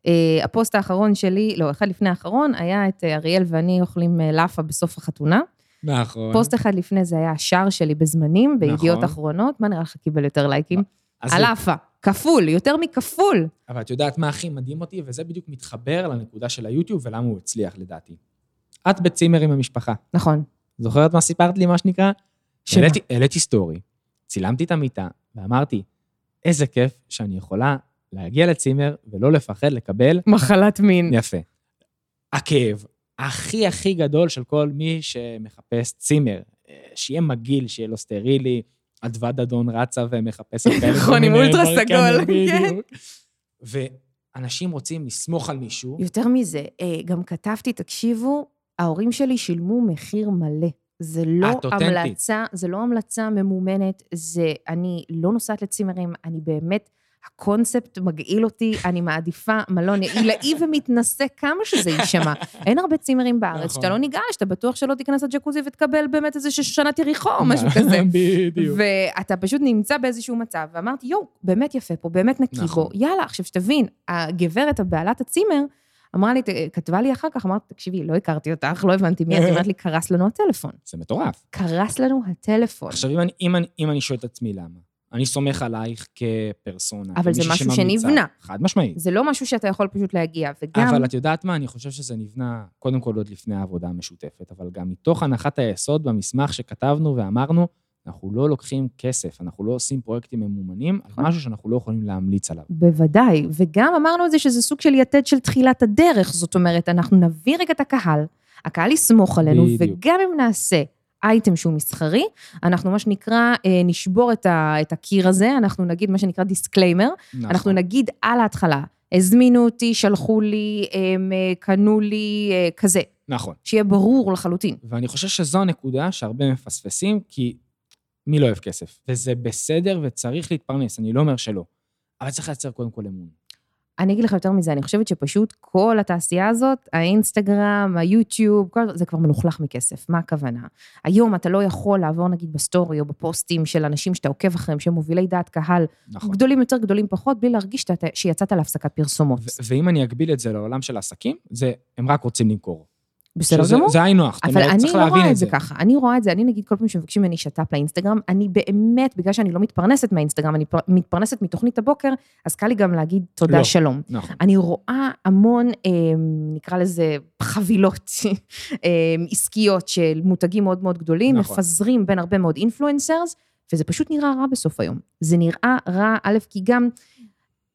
אה, הפוסט האחרון שלי, לא, אחד לפני האחרון, היה את אה, אריאל ואני אוכלים אה, לאפה בסוף החתונה.
נכון.
פוסט אחד לפני זה היה השער שלי בזמנים, בידיעות
נכון.
אחרונות, מה נראה לך קיבל יותר לייקים?
אז
על לאפה, כפול, יותר מכפול.
אבל את יודעת מה הכי מדהים אותי? וזה בדיוק מתחבר לנקודה של היוטיוב ולמה הוא הצליח לדעתי. את בצימר עם המשפחה.
נכון.
זוכרת מה סיפרת לי, מה שנקרא?
שמה?
העליתי- העליתי סטורי, צילמתי את המיטה, ואמרתי, איזה כיף שאני יכולה להגיע לצימר ולא לפחד לקבל
מחלת מין.
יפה. הכאב הכי הכי גדול של כל מי שמחפש צימר, אה, שיהיה מגעיל, שיהיה לו סטרילי, אדוה דדון רצה ומחפשת כאלה. כל
נכון, עם
מיני
אולטרה
דברים
סגול,
כאלה,
כן.
בדיוק. ואנשים רוצים לסמוך על מישהו,
יותר מזה, אה, גם כתבתי, תקשיבו, ההורים שלי שילמו מחיר מלא. זה לא
את אותנטית.
המלצה, זה לא המלצה ממומנת, זה, אני לא נוסעת לצימרים, אני באמת, הקונספט מגעיל אותי, אני מעדיפה מלון עילאי ומתנשא כמה שזה יישמע. אין הרבה צימרים בארץ,
נכון.
שאתה לא ניגש, אתה בטוח שלא תיכנס לג'קוזי ותקבל באמת איזה שושנת יריחו או משהו כזה.
בדיוק.
ואתה פשוט נמצא באיזשהו מצב, ואמרתי, יואו, באמת יפה פה, באמת נקי
נכון.
בו, יאללה, עכשיו שתבין, הגברת, הבעלת הצימר, אמרה לי, ת- כתבה לי אחר כך, אמרתי, תקשיבי, לא הכרתי אותך, לא הבנתי מי את, היא אומרת לי, קרס לנו הטלפון.
זה מטורף.
קרס לנו הטלפון.
עכשיו, אם אני, אם, אני, אם אני שואל את עצמי למה, אני סומך עלייך כפרסונה.
אבל זה
כמישהי
משהו
שממליצה.
שנבנה.
חד משמעית.
זה לא משהו שאתה יכול פשוט להגיע, וגם...
אבל את יודעת מה? אני חושב שזה נבנה, קודם כל עוד לפני העבודה המשותפת, אבל גם מתוך הנחת היסוד במסמך שכתבנו ואמרנו, אנחנו לא לוקחים כסף, אנחנו לא עושים פרויקטים ממומנים על
נכון.
משהו שאנחנו לא יכולים להמליץ עליו.
בוודאי, וגם אמרנו את זה שזה סוג של יתד של תחילת הדרך, זאת אומרת, אנחנו נביא רגע את הקהל, הקהל יסמוך עלינו,
בדיוק.
וגם אם נעשה אייטם שהוא מסחרי, אנחנו מה שנקרא, אה, נשבור את, ה, את הקיר הזה, אנחנו נגיד מה שנקרא דיסקליימר,
נכון,
אנחנו נגיד על ההתחלה, הזמינו אותי, שלחו לי, הם, אה, קנו לי, אה, כזה,
נכון.
שיהיה ברור לחלוטין.
ואני חושב שזו הנקודה שהרבה מפספסים, כי מי לא אוהב כסף? וזה בסדר וצריך להתפרנס, אני לא אומר שלא. אבל צריך לייצר קודם כל אמון.
אני אגיד לך יותר מזה, אני חושבת שפשוט כל התעשייה הזאת, האינסטגרם, היוטיוב, כל, זה כבר מלוכלך מכסף. מה הכוונה? היום אתה לא יכול לעבור נגיד בסטורי או בפוסטים של אנשים שאתה עוקב אחריהם, שהם מובילי דעת קהל,
נכון.
גדולים יותר, גדולים פחות, בלי להרגיש שאתה, שיצאת להפסקת פרסומות.
ו- ואם אני אגביל את זה לעולם של העסקים, זה, הם רק רוצים למכור.
בסדר
שזה-
גמור?
זה היינו הך, זאת
אבל
אומרת,
אני
צריך
לא
להבין
רואה
את זה.
ככה. אני רואה את זה, אני נגיד כל פעם שמבקשים ממני שת"פ לאינסטגרם, אני באמת, בגלל שאני לא מתפרנסת מהאינסטגרם, אני פר- מתפרנסת מתוכנית הבוקר, אז קל לי גם להגיד תודה,
לא.
שלום.
נכון.
אני רואה המון, אה, נקרא לזה, חבילות אה, עסקיות של מותגים מאוד מאוד גדולים,
נכון.
מפזרים בין הרבה מאוד אינפלואנסרס, וזה פשוט נראה רע בסוף היום. זה נראה רע, א', כי גם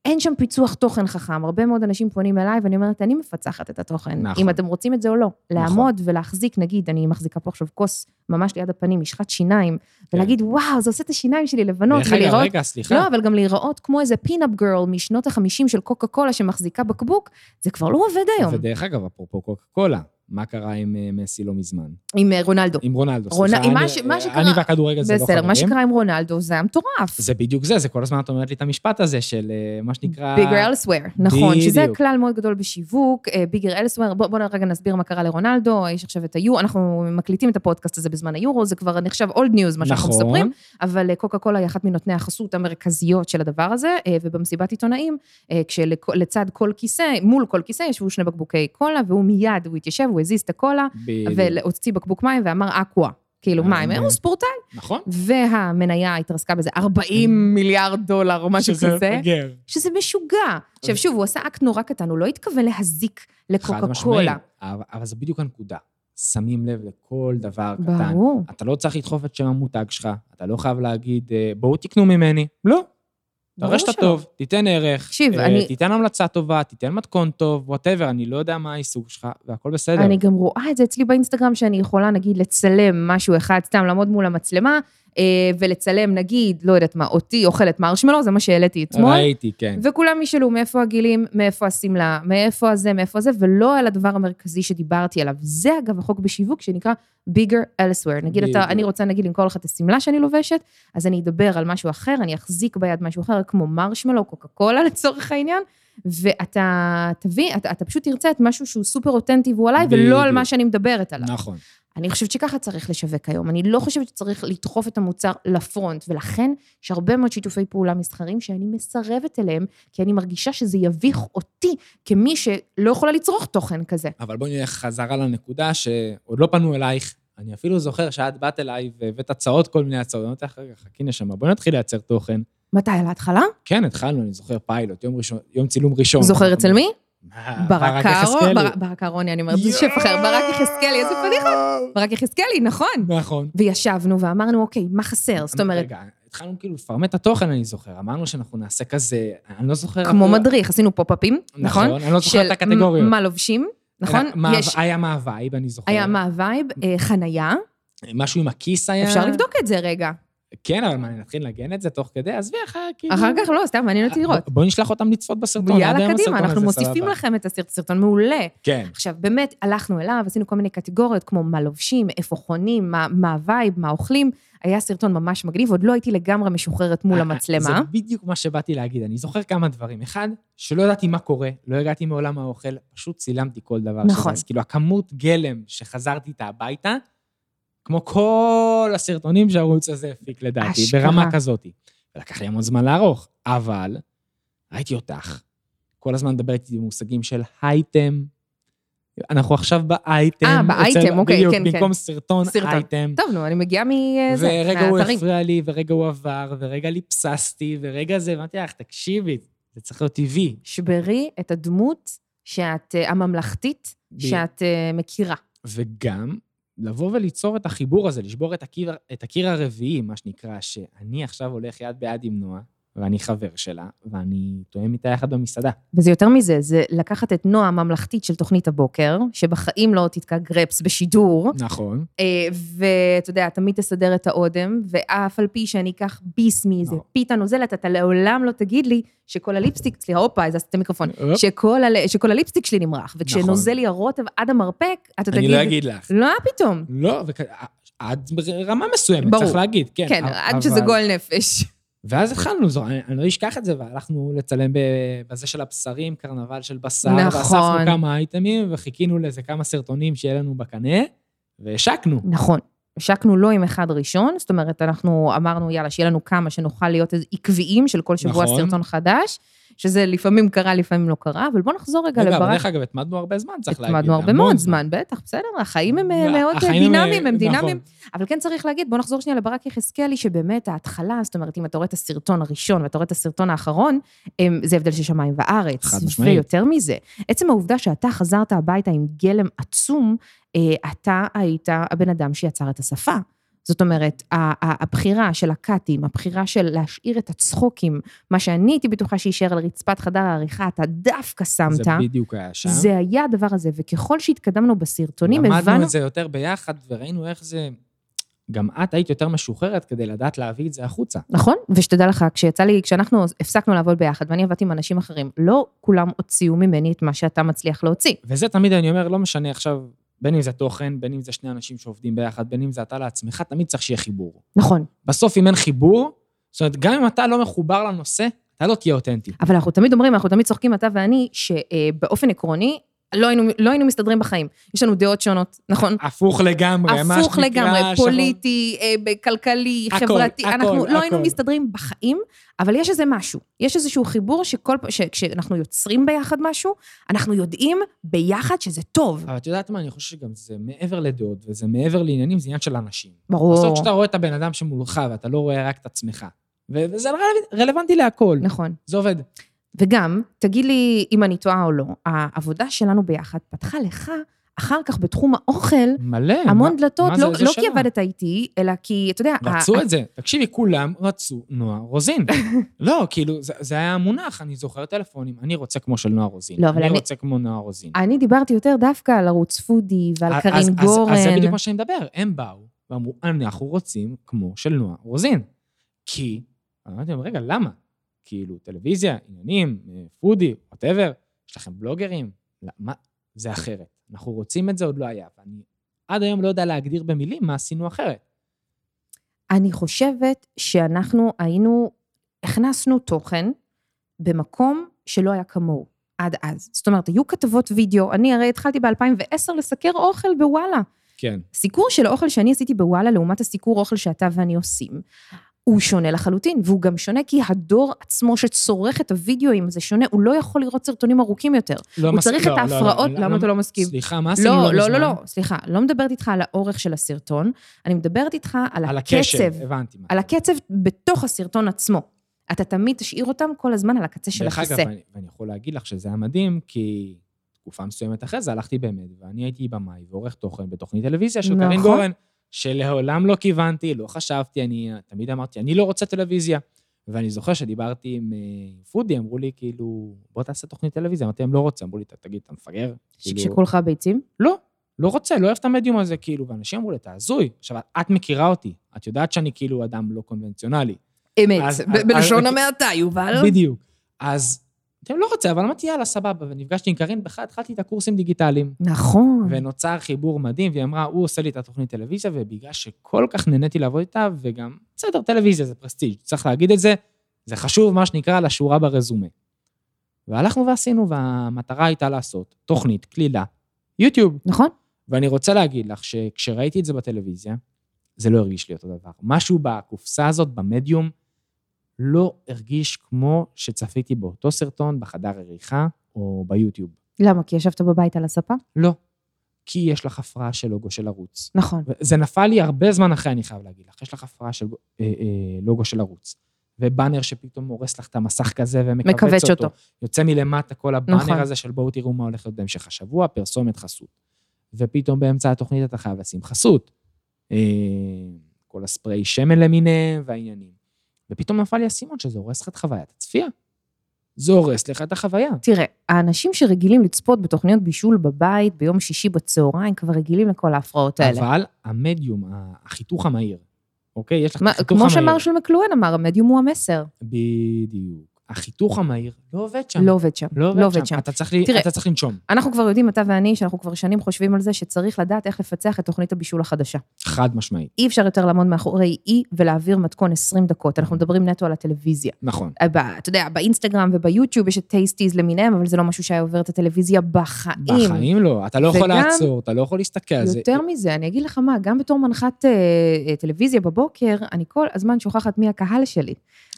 אין שם פיצוח תוכן חכם. הרבה מאוד אנשים פונים אליי, ואני אומרת, אני מפצחת את התוכן,
נכון.
נכון. אם אתם רוצים את זה או לא. לעמוד ולהחזיק, נגיד, אני מחזיקה פה עכשיו כוס ממש ליד הפנים, משחת שיניים, ולהגיד, וואו, זה עושה את השיניים שלי לבנות,
דרך אגב,
ולראות...
רגע, סליחה.
לא, אבל גם להיראות כמו איזה פינאפ גרל משנות ה-50 של קוקה קולה שמחזיקה בקבוק, זה כבר לא עובד היום.
ודרך אגב, אפרופו קוקה קולה, מה קרה עם אה, מסי לא מזמן?
עם אה, רונלדו.
עם רונלדו,
רונ-
סליחה.
עם מה
אני-
ש- מה שקרה-
אני והכדורגל זה לא חברים.
בסדר, מה שקרה עם רונלדו זה היה מטורף.
זה בדיוק זה, זה כל הזמן את אומרת לי את המשפט הזה של אה, מה שנקרא...
ביגר אלסוור, נכון, שזה
בדיוק.
כלל מאוד גדול בשיווק, אה, ביגר אלסוור, בואו רגע נסביר מה קרה לרונלדו, יש עכשיו את היורו, אנחנו מקליטים את הפודקאסט הזה בזמן היורו, זה כבר נחשב אולד ניוז, מה שאנחנו
נכון.
מספרים, אבל אה, קוקה קולה היא אחת מנותני החסות המרכזיות של הדבר הזה, אה, ובמסיבת עיתונאים, אה, כשלצד כל כיסא, מול כל כיסא, ישבו שני בקבוקי קולה, והוא מיד, הוא התיישב, הוא הזיז את הקולה,
בדיוק.
והוציא בקבוק מים ואמר אקווה. כאילו,
אה,
מים,
כאילו. אה.
הוא ספורטאי,
נכון.
והמניה התרסקה באיזה 40 מיליארד דולר או משהו
כן. שזה
כזה.
מפגר.
שזה משוגע. עכשיו, שוב, הוא עשה אקט נורא קטן, הוא לא התכוון להזיק
חד
לקוקה
משמעית.
קולה.
אבל אבל זה בדיוק הנקודה. שמים לב לכל דבר קטן.
ברור.
אתה לא צריך לדחוף את שם המותג שלך, אתה לא חייב להגיד, אה, בואו תקנו ממני. לא.
ברור
תראה שאתה
שלא.
טוב, תיתן ערך,
תקשיב,
אה,
אני-
תיתן המלצה טובה, תיתן מתכון טוב, וואטאבר, אני לא יודע מה העיסוק שלך, והכל בסדר.
אני גם רואה את זה אצלי באינסטגרם, שאני יכולה, נגיד, לצלם משהו אחד, סתם לעמוד מול המצלמה, אה, ולצלם, נגיד, לא יודעת מה, אותי אוכלת מרשמלו, זה מה שהעליתי אתמול.
ראיתי, כן.
וכולם ישאלו מאיפה הגילים, מאיפה השמלה, מאיפה הזה, מאיפה זה, ולא על הדבר המרכזי שדיברתי עליו. זה אגב החוק בשיווק שנקרא bigger elsewhere. נגיד, אתה,
בדיוק.
אני רוצה נגיד למכור לך את השמלה שאני לובשת, אז אני אדבר על משהו אחר, אני אחזיק ביד משהו אחר, כמו מרשמלו, קוקה קולה לצורך העניין, ואתה תביא, אתה, אתה פשוט תרצה את משהו שהוא סופר אותנטי והוא עליי, ולא על
בדיוק.
מה שאני מדברת עליו.
נכון.
אני חושבת שככה צריך לשווק היום. אני לא חושבת שצריך לדחוף את המוצר לפרונט, ולכן יש הרבה מאוד שיתופי פעולה מסחרים שאני מסרבת אליהם, כי אני מרגישה שזה יביך אותי כמי שלא יכולה לצרוך תוכן כזה.
אבל בואי נלך חזרה לנקודה שעוד לא פנו אלייך. אני אפילו זוכר שאת באת אליי והבאת הצעות, כל מיני הצעות. אמרתי לך, רגע, חכי נשמה, בואי נתחיל לייצר תוכן.
מתי? על ההתחלה?
כן, התחלנו, אני זוכר פיילוט, יום ראשון, יום צילום ראשון.
זוכר אצל מי?
מה,
ברק קארו,
יחזקאלי.
בר- ברק אהרוני, אני אומרת, זה שף אחר, ברק יחזקאלי, איזה פדיחה. ברק יחזקאלי, נכון.
נכון.
וישבנו ואמרנו, אוקיי, מה חסר? זאת אומרת,
אמ, רגע, התחלנו כאילו לפרמט את התוכן, אני זוכר. אמרנו שאנחנו נעשה כזה, אני לא זוכר...
כמו
אפילו-
מדריך, עשינו פופ-אפים, נכון?
אני לא זוכר את הקטגוריות.
מה לובשים, נכון?
אלא מה-
יש-
היה מה הווייב, אני זוכר.
היה מה הווייב, אה, חנייה,
משהו עם הכיס היה...
אפשר לבדוק את זה רגע.
כן, אבל מה, נתחיל לנגן את זה תוך כדי? עזבי, אחר כאילו...
אחר כך לא, סתם מעניין אותי לראות.
ב- בואי נשלח אותם לצפות בסרטון. עד היום
יאללה,
הסרטון
קדימה, אנחנו
הזה
מוסיפים
סבבה.
לכם את הסרט, סרטון מעולה.
כן.
עכשיו, באמת, הלכנו אליו, עשינו כל מיני קטגוריות, כמו מה לובשים, איפה חונים, מה- מה הווייב, מה אוכלים. היה סרטון ממש מגניב, עוד לא הייתי לגמרי משוחררת מול
אה,
המצלמה.
זה בדיוק מה שבאתי להגיד. אני זוכר כמה דברים. אחד, שלא ידעתי מה קורה, לא הגעתי מעולם האוכל, פשוט צילמתי כל דבר
נכון.
שזז. כאילו, הכמות גלם שחזרתי איתה הביתה, כמו כל הסרטונים שהערוץ הזה הפיק לדעתי,
אשכרה.
ברמה כזאת. ולקח לי המון זמן לערוך, אבל ראיתי אותך, כל הזמן מדברת איתי במושגים של הייטם. אנחנו עכשיו באייטם.
אה, באייטם,
אצל-
אוקיי,
בדיוק,
כן, כן.
במקום סרטון,
סרטון.
אייטם.
טוב, נו, אני מגיעה מזה,
ורגע הוא
מהאתרים.
הפריע לי, ורגע הוא עבר, ורגע ליפססתי, ורגע זה, אמרתי לך, תקשיבי, זה צריך להיות טבעי.
שברי את הדמות שאת, אה, הממלכתית,
ב-
שאת אה, מכירה.
וגם לבוא וליצור את החיבור הזה, לשבור את הקיר, את הקיר הרביעי, מה שנקרא, שאני עכשיו הולך יד ביד עם נועה, ואני חבר שלה, ואני תואם איתה יחד במסעדה.
וזה יותר מזה, זה לקחת את נועה הממלכתית של תוכנית הבוקר, שבחיים לא תתקע גרפס בשידור,
נכון.
אה, ואתה יודע, תמיד תסדר את האודם, ואף על פי שאני אקח ביס מאיזה
נכון.
פיתה נוזלת, אתה לעולם לא תגיד לי שכל הליפסטיק, סליחה, הופה, אז עשיתי מיקרופון, שכל, ה... שכל הליפסטיק שלי נמרח, וכשנוזל לי הרוטב עד המרפק, אתה תגיד...
נכון. אני לא אגיד לך.
לא, פתאום.
לא, וכ- עד רמה מסוימת,
ברור.
צריך להגיד, כן.
כן,
אבל-
עד שזה גועל נפש.
ואז התחלנו, זו- אני, אני לא אשכח את זה, והלכנו לצלם ב- בזה של הבשרים, קרנבל של בשר,
נכון.
ואספנו כמה אייטמים, וחיכינו לאיזה כמה סרטונים שיהיה לנו בקנה, והשקנו.
נכון. השקנו לא עם אחד ראשון, זאת אומרת, אנחנו אמרנו, יאללה, שיהיה לנו כמה שנוכל להיות איזה עקביים של כל שבוע
נכון.
נכון. סרטון חדש, שזה לפעמים קרה, לפעמים לא קרה, אבל בואו נחזור רגע
רגע, אבל
לברק.
דרך אגב, התמדנו הרבה זמן, צריך להגיד.
התמדנו הרבה
המון
מאוד זמן, בטח, בסדר, החיים הם אה, מאוד אה,
החיים
דינמיים, הם
נכון.
דינמיים. אבל כן צריך להגיד, בואו נחזור שנייה לברק יחזקאלי, שבאמת ההתחלה, זאת אומרת, אם אתה רואה את הסרטון הראשון ואתה רואה את הסרטון האחרון, הם, זה הבדל של שמיים וארץ.
חד משמעית.
ויותר מזה, עצם העובדה שאתה חזרת הביתה עם גלם עצום, אה, אתה היית הבן אדם שיצר את השפה. זאת אומרת, ה- ה- הבחירה של הקאטים, הבחירה של להשאיר את הצחוקים, מה שאני הייתי בטוחה שיישאר על רצפת חדר העריכה, אתה דווקא שמת.
זה בדיוק היה שם.
זה היה הדבר הזה, וככל שהתקדמנו בסרטונים,
למדנו
הבנו...
את זה יותר ביחד, וראינו איך זה... גם את היית יותר משוחררת כדי לדעת להביא את זה החוצה.
נכון, ושתדע לך, כשיצא לי, כשאנחנו הפסקנו לעבוד ביחד, ואני עבדתי עם אנשים אחרים, לא כולם הוציאו ממני את מה שאתה מצליח להוציא.
וזה תמיד אני אומר, לא משנה עכשיו, בין אם זה תוכן, בין אם זה שני אנשים שעובדים ביחד, בין אם זה אתה לעצמך, תמיד צריך שיהיה חיבור.
נכון,
בסוף, אם אין חיבור, זאת אומרת, גם אם אתה לא מחובר לנושא, אתה לא תהיה אותנטי.
אבל אנחנו תמיד אומרים, אנחנו תמיד צוחקים, אתה ואני, שבאופן עקרוני, לא היינו, לא היינו מסתדרים בחיים. יש לנו דעות שונות, נכון?
הפוך לגמרי, מה
הפוך
שנקרא,
לגמרי,
שרון.
פוליטי, אה, ב- כלכלי,
הכל,
חברתי,
הכל,
אנחנו
הכל.
לא היינו מסתדרים בחיים, אבל יש איזה משהו, יש איזשהו חיבור שכל פעם, שכשאנחנו יוצרים ביחד משהו, אנחנו יודעים ביחד שזה טוב.
אבל את יודעת מה, אני חושב שגם זה מעבר לדעות וזה מעבר לעניינים, זה עניין של אנשים. בסוף
ברור.
כשאתה רואה את הבן אדם שמולך ואתה לא רואה רק את עצמך, ו- וזה רלו- רלוונטי להכל,
נכון.
זה עובד.
וגם, תגיד לי אם אני טועה או לא, העבודה שלנו ביחד פתחה לך, אחר כך בתחום האוכל,
מלא.
המון דלתות,
כן, מה זה-
לא,
זה
לא
שלה.
כי עבדת איתי, אלא כי, אתה יודע...
מה- רצו את זה. תקשיבי, כולם רצו נועה רוזין. לא, כאילו, זה- זה היה המונח, אני זוכר טלפונים, אני רוצה כמו של נועה רוזין.
לא, אבל
אני
אני-
רוצה כמו נועה רוזין.
אני דיברתי יותר דווקא על ערוץ פודי ועל
אז-
קרין
אז- אז-
גורן.
אז זה בדיוק מה שאני מדבר. הם באו ואמרו, אנחנו רוצים כמו של נועה רוזין. כי, אמרתי להם, רגע, למה? כאילו, טלוויזיה, עניינים, אה, פודי, וואטאבר, יש לכם בלוגרים? לא, מה? זה אחרת. אנחנו רוצים את זה, עוד לא היה. ואני עד היום לא יודע להגדיר במילים מה עשינו אחרת.
אני חושבת שאנחנו היינו, הכנסנו תוכן במקום שלא היה כמוהו עד אז. זאת אומרת, היו כתבות וידאו, אני הרי התחלתי ב-2010 לסקר אוכל בוואלה.
כן.
סיקור של האוכל שאני עשיתי בוואלה לעומת הסיקור אוכל שאתה ואני עושים, הוא שונה לחלוטין, והוא גם שונה כי הדור עצמו שצורך את הוידאוים זה שונה, הוא לא יכול לראות סרטונים ארוכים יותר.
לא
הוא
מס-
צריך
לא,
את
לא, לא,
ההפרעות,
לא,
למה
לא-
אתה לא מסכים?
סליחה, מה עשינו
לא,
לא
לא, לא,
מזמן?
לא, סליחה, לא מדברת איתך על האורך של הסרטון, אני מדברת איתך על,
על
הקצב,
הקשב, הבנתי. מה.
על הקצב בתוך הסרטון עצמו. אתה תמיד תשאיר אותם כל הזמן על הקצה של הכיסא.
דרך אגב, אני- ואני יכול להגיד לך שזה היה מדהים, כי תקופה מסוימת אחרי זה הלכתי באמת, ואני הייתי במאי ועורך תוכן בתוכנית טלוויזיה של קרין
נכון.
גורן, שלעולם לא כיוונתי, לא חשבתי, אני תמיד אמרתי, אני לא רוצה טלוויזיה. ואני זוכר שדיברתי עם אה, פודי, אמרו לי, כאילו, בוא תעשה תוכנית טלוויזיה. אמרתי להם, לא רוצה. אמרו לי, "ת- תגיד, אתה מפגר? כאילו,
שקשקו לך ביצים?
לא, לא רוצה, לא אוהב את המדיום הזה, כאילו. ואנשים אמרו לי, אתה הזוי. עכשיו, את מכירה אותי, את יודעת שאני כאילו אדם לא קונבנציונלי.
אמת,
אז-
ב-
אז-
בלשון
אז-
המעטה, יובל.
בדיוק. אז, אתם לא רוצה, אבל אמרתי, יאללה, סבבה. ונפגשתי עם קארין, בכלל התחלתי את הקורסים דיגיטליים,
נכון.
ונוצר חיבור מדהים, והיא אמרה, הוא עושה לי את התוכנית טלוויזיה, ובגלל שכל כך נהניתי לעבוד איתה, וגם, בסדר, טלוויזיה זה פרסטיג', צריך להגיד את זה, זה חשוב, מה שנקרא, לשורה ברזומה. והלכנו ועשינו, והמטרה הייתה לעשות תוכנית, קלילה, יוטיוב.
נכון?
ואני רוצה להגיד לך שכשראיתי את זה בטלוויזיה, זה לא הרגיש לי אותו דבר. משהו בקופסה הזאת, במדיום, לא הרגיש כמו שצפיתי באותו סרטון, בחדר עריכה או ביוטיוב.
למה? כי ישבת בבית על הספה?
לא. כי יש לך הפרעה של לוגו של ערוץ.
נכון.
זה נפל לי הרבה זמן אחרי, אני חייב להגיד לך. יש לך הפרעה של אה, אה, לוגו של ערוץ. ובאנר שפתאום הורס לך את המסך כזה ומכווץ אותו.
מכווץ אותו.
יוצא מלמטה כל הבאנר
נכון.
הזה של בואו תראו מה הולך להיות בהמשך השבוע, פרסומת חסות. ופתאום באמצע התוכנית אתה חייב לשים חסות. אה, כל הספרי שמן למיניהם והעניינים. ופתאום נפל לי האסימון שזה הורס לך את חוויית הצפייה. זה הורס לך את החוויה.
תראה, האנשים שרגילים לצפות בתוכניות בישול בבית ביום שישי בצהריים כבר רגילים לכל ההפרעות האלה.
אבל המדיום, ה- החיתוך המהיר, אוקיי? יש לך את
מה-
החיתוך המהיר.
כמו שמרשל מקלואן אמר, המדיום הוא המסר.
בדיוק. החיתוך המהיר לא עובד שם.
לא עובד שם.
לא עובד שם. אתה צריך לי-
תראה-
אתה צריך לנשום.
אנחנו כבר יודעים, אתה ואני, שאנחנו כבר שנים חושבים על זה, שצריך לדעת איך לפצח את תוכנית הבישול החדשה.
חד משמעית.
אי אפשר יותר לעמוד מאחורי אי ולהעביר מתכון 20 דקות. אנחנו מדברים נטו על הטלוויזיה. אה,
נכון.
ב- אתה יודע, באינסטגרם וביוטיוב יש את טייסטיז למיניהם, אבל זה לא משהו שהיה עובר את הטלוויזיה בחיים.
בחיים לא. אתה לא יכול
וגם-
לעצור, אתה לא יכול להסתכל על זה.
יותר מזה, אני אגיד לך מה, גם בתור מנחת אה, אה, טלוויזיה בבוקר, אני כל הזמן שוכחת מי הקהל שלי.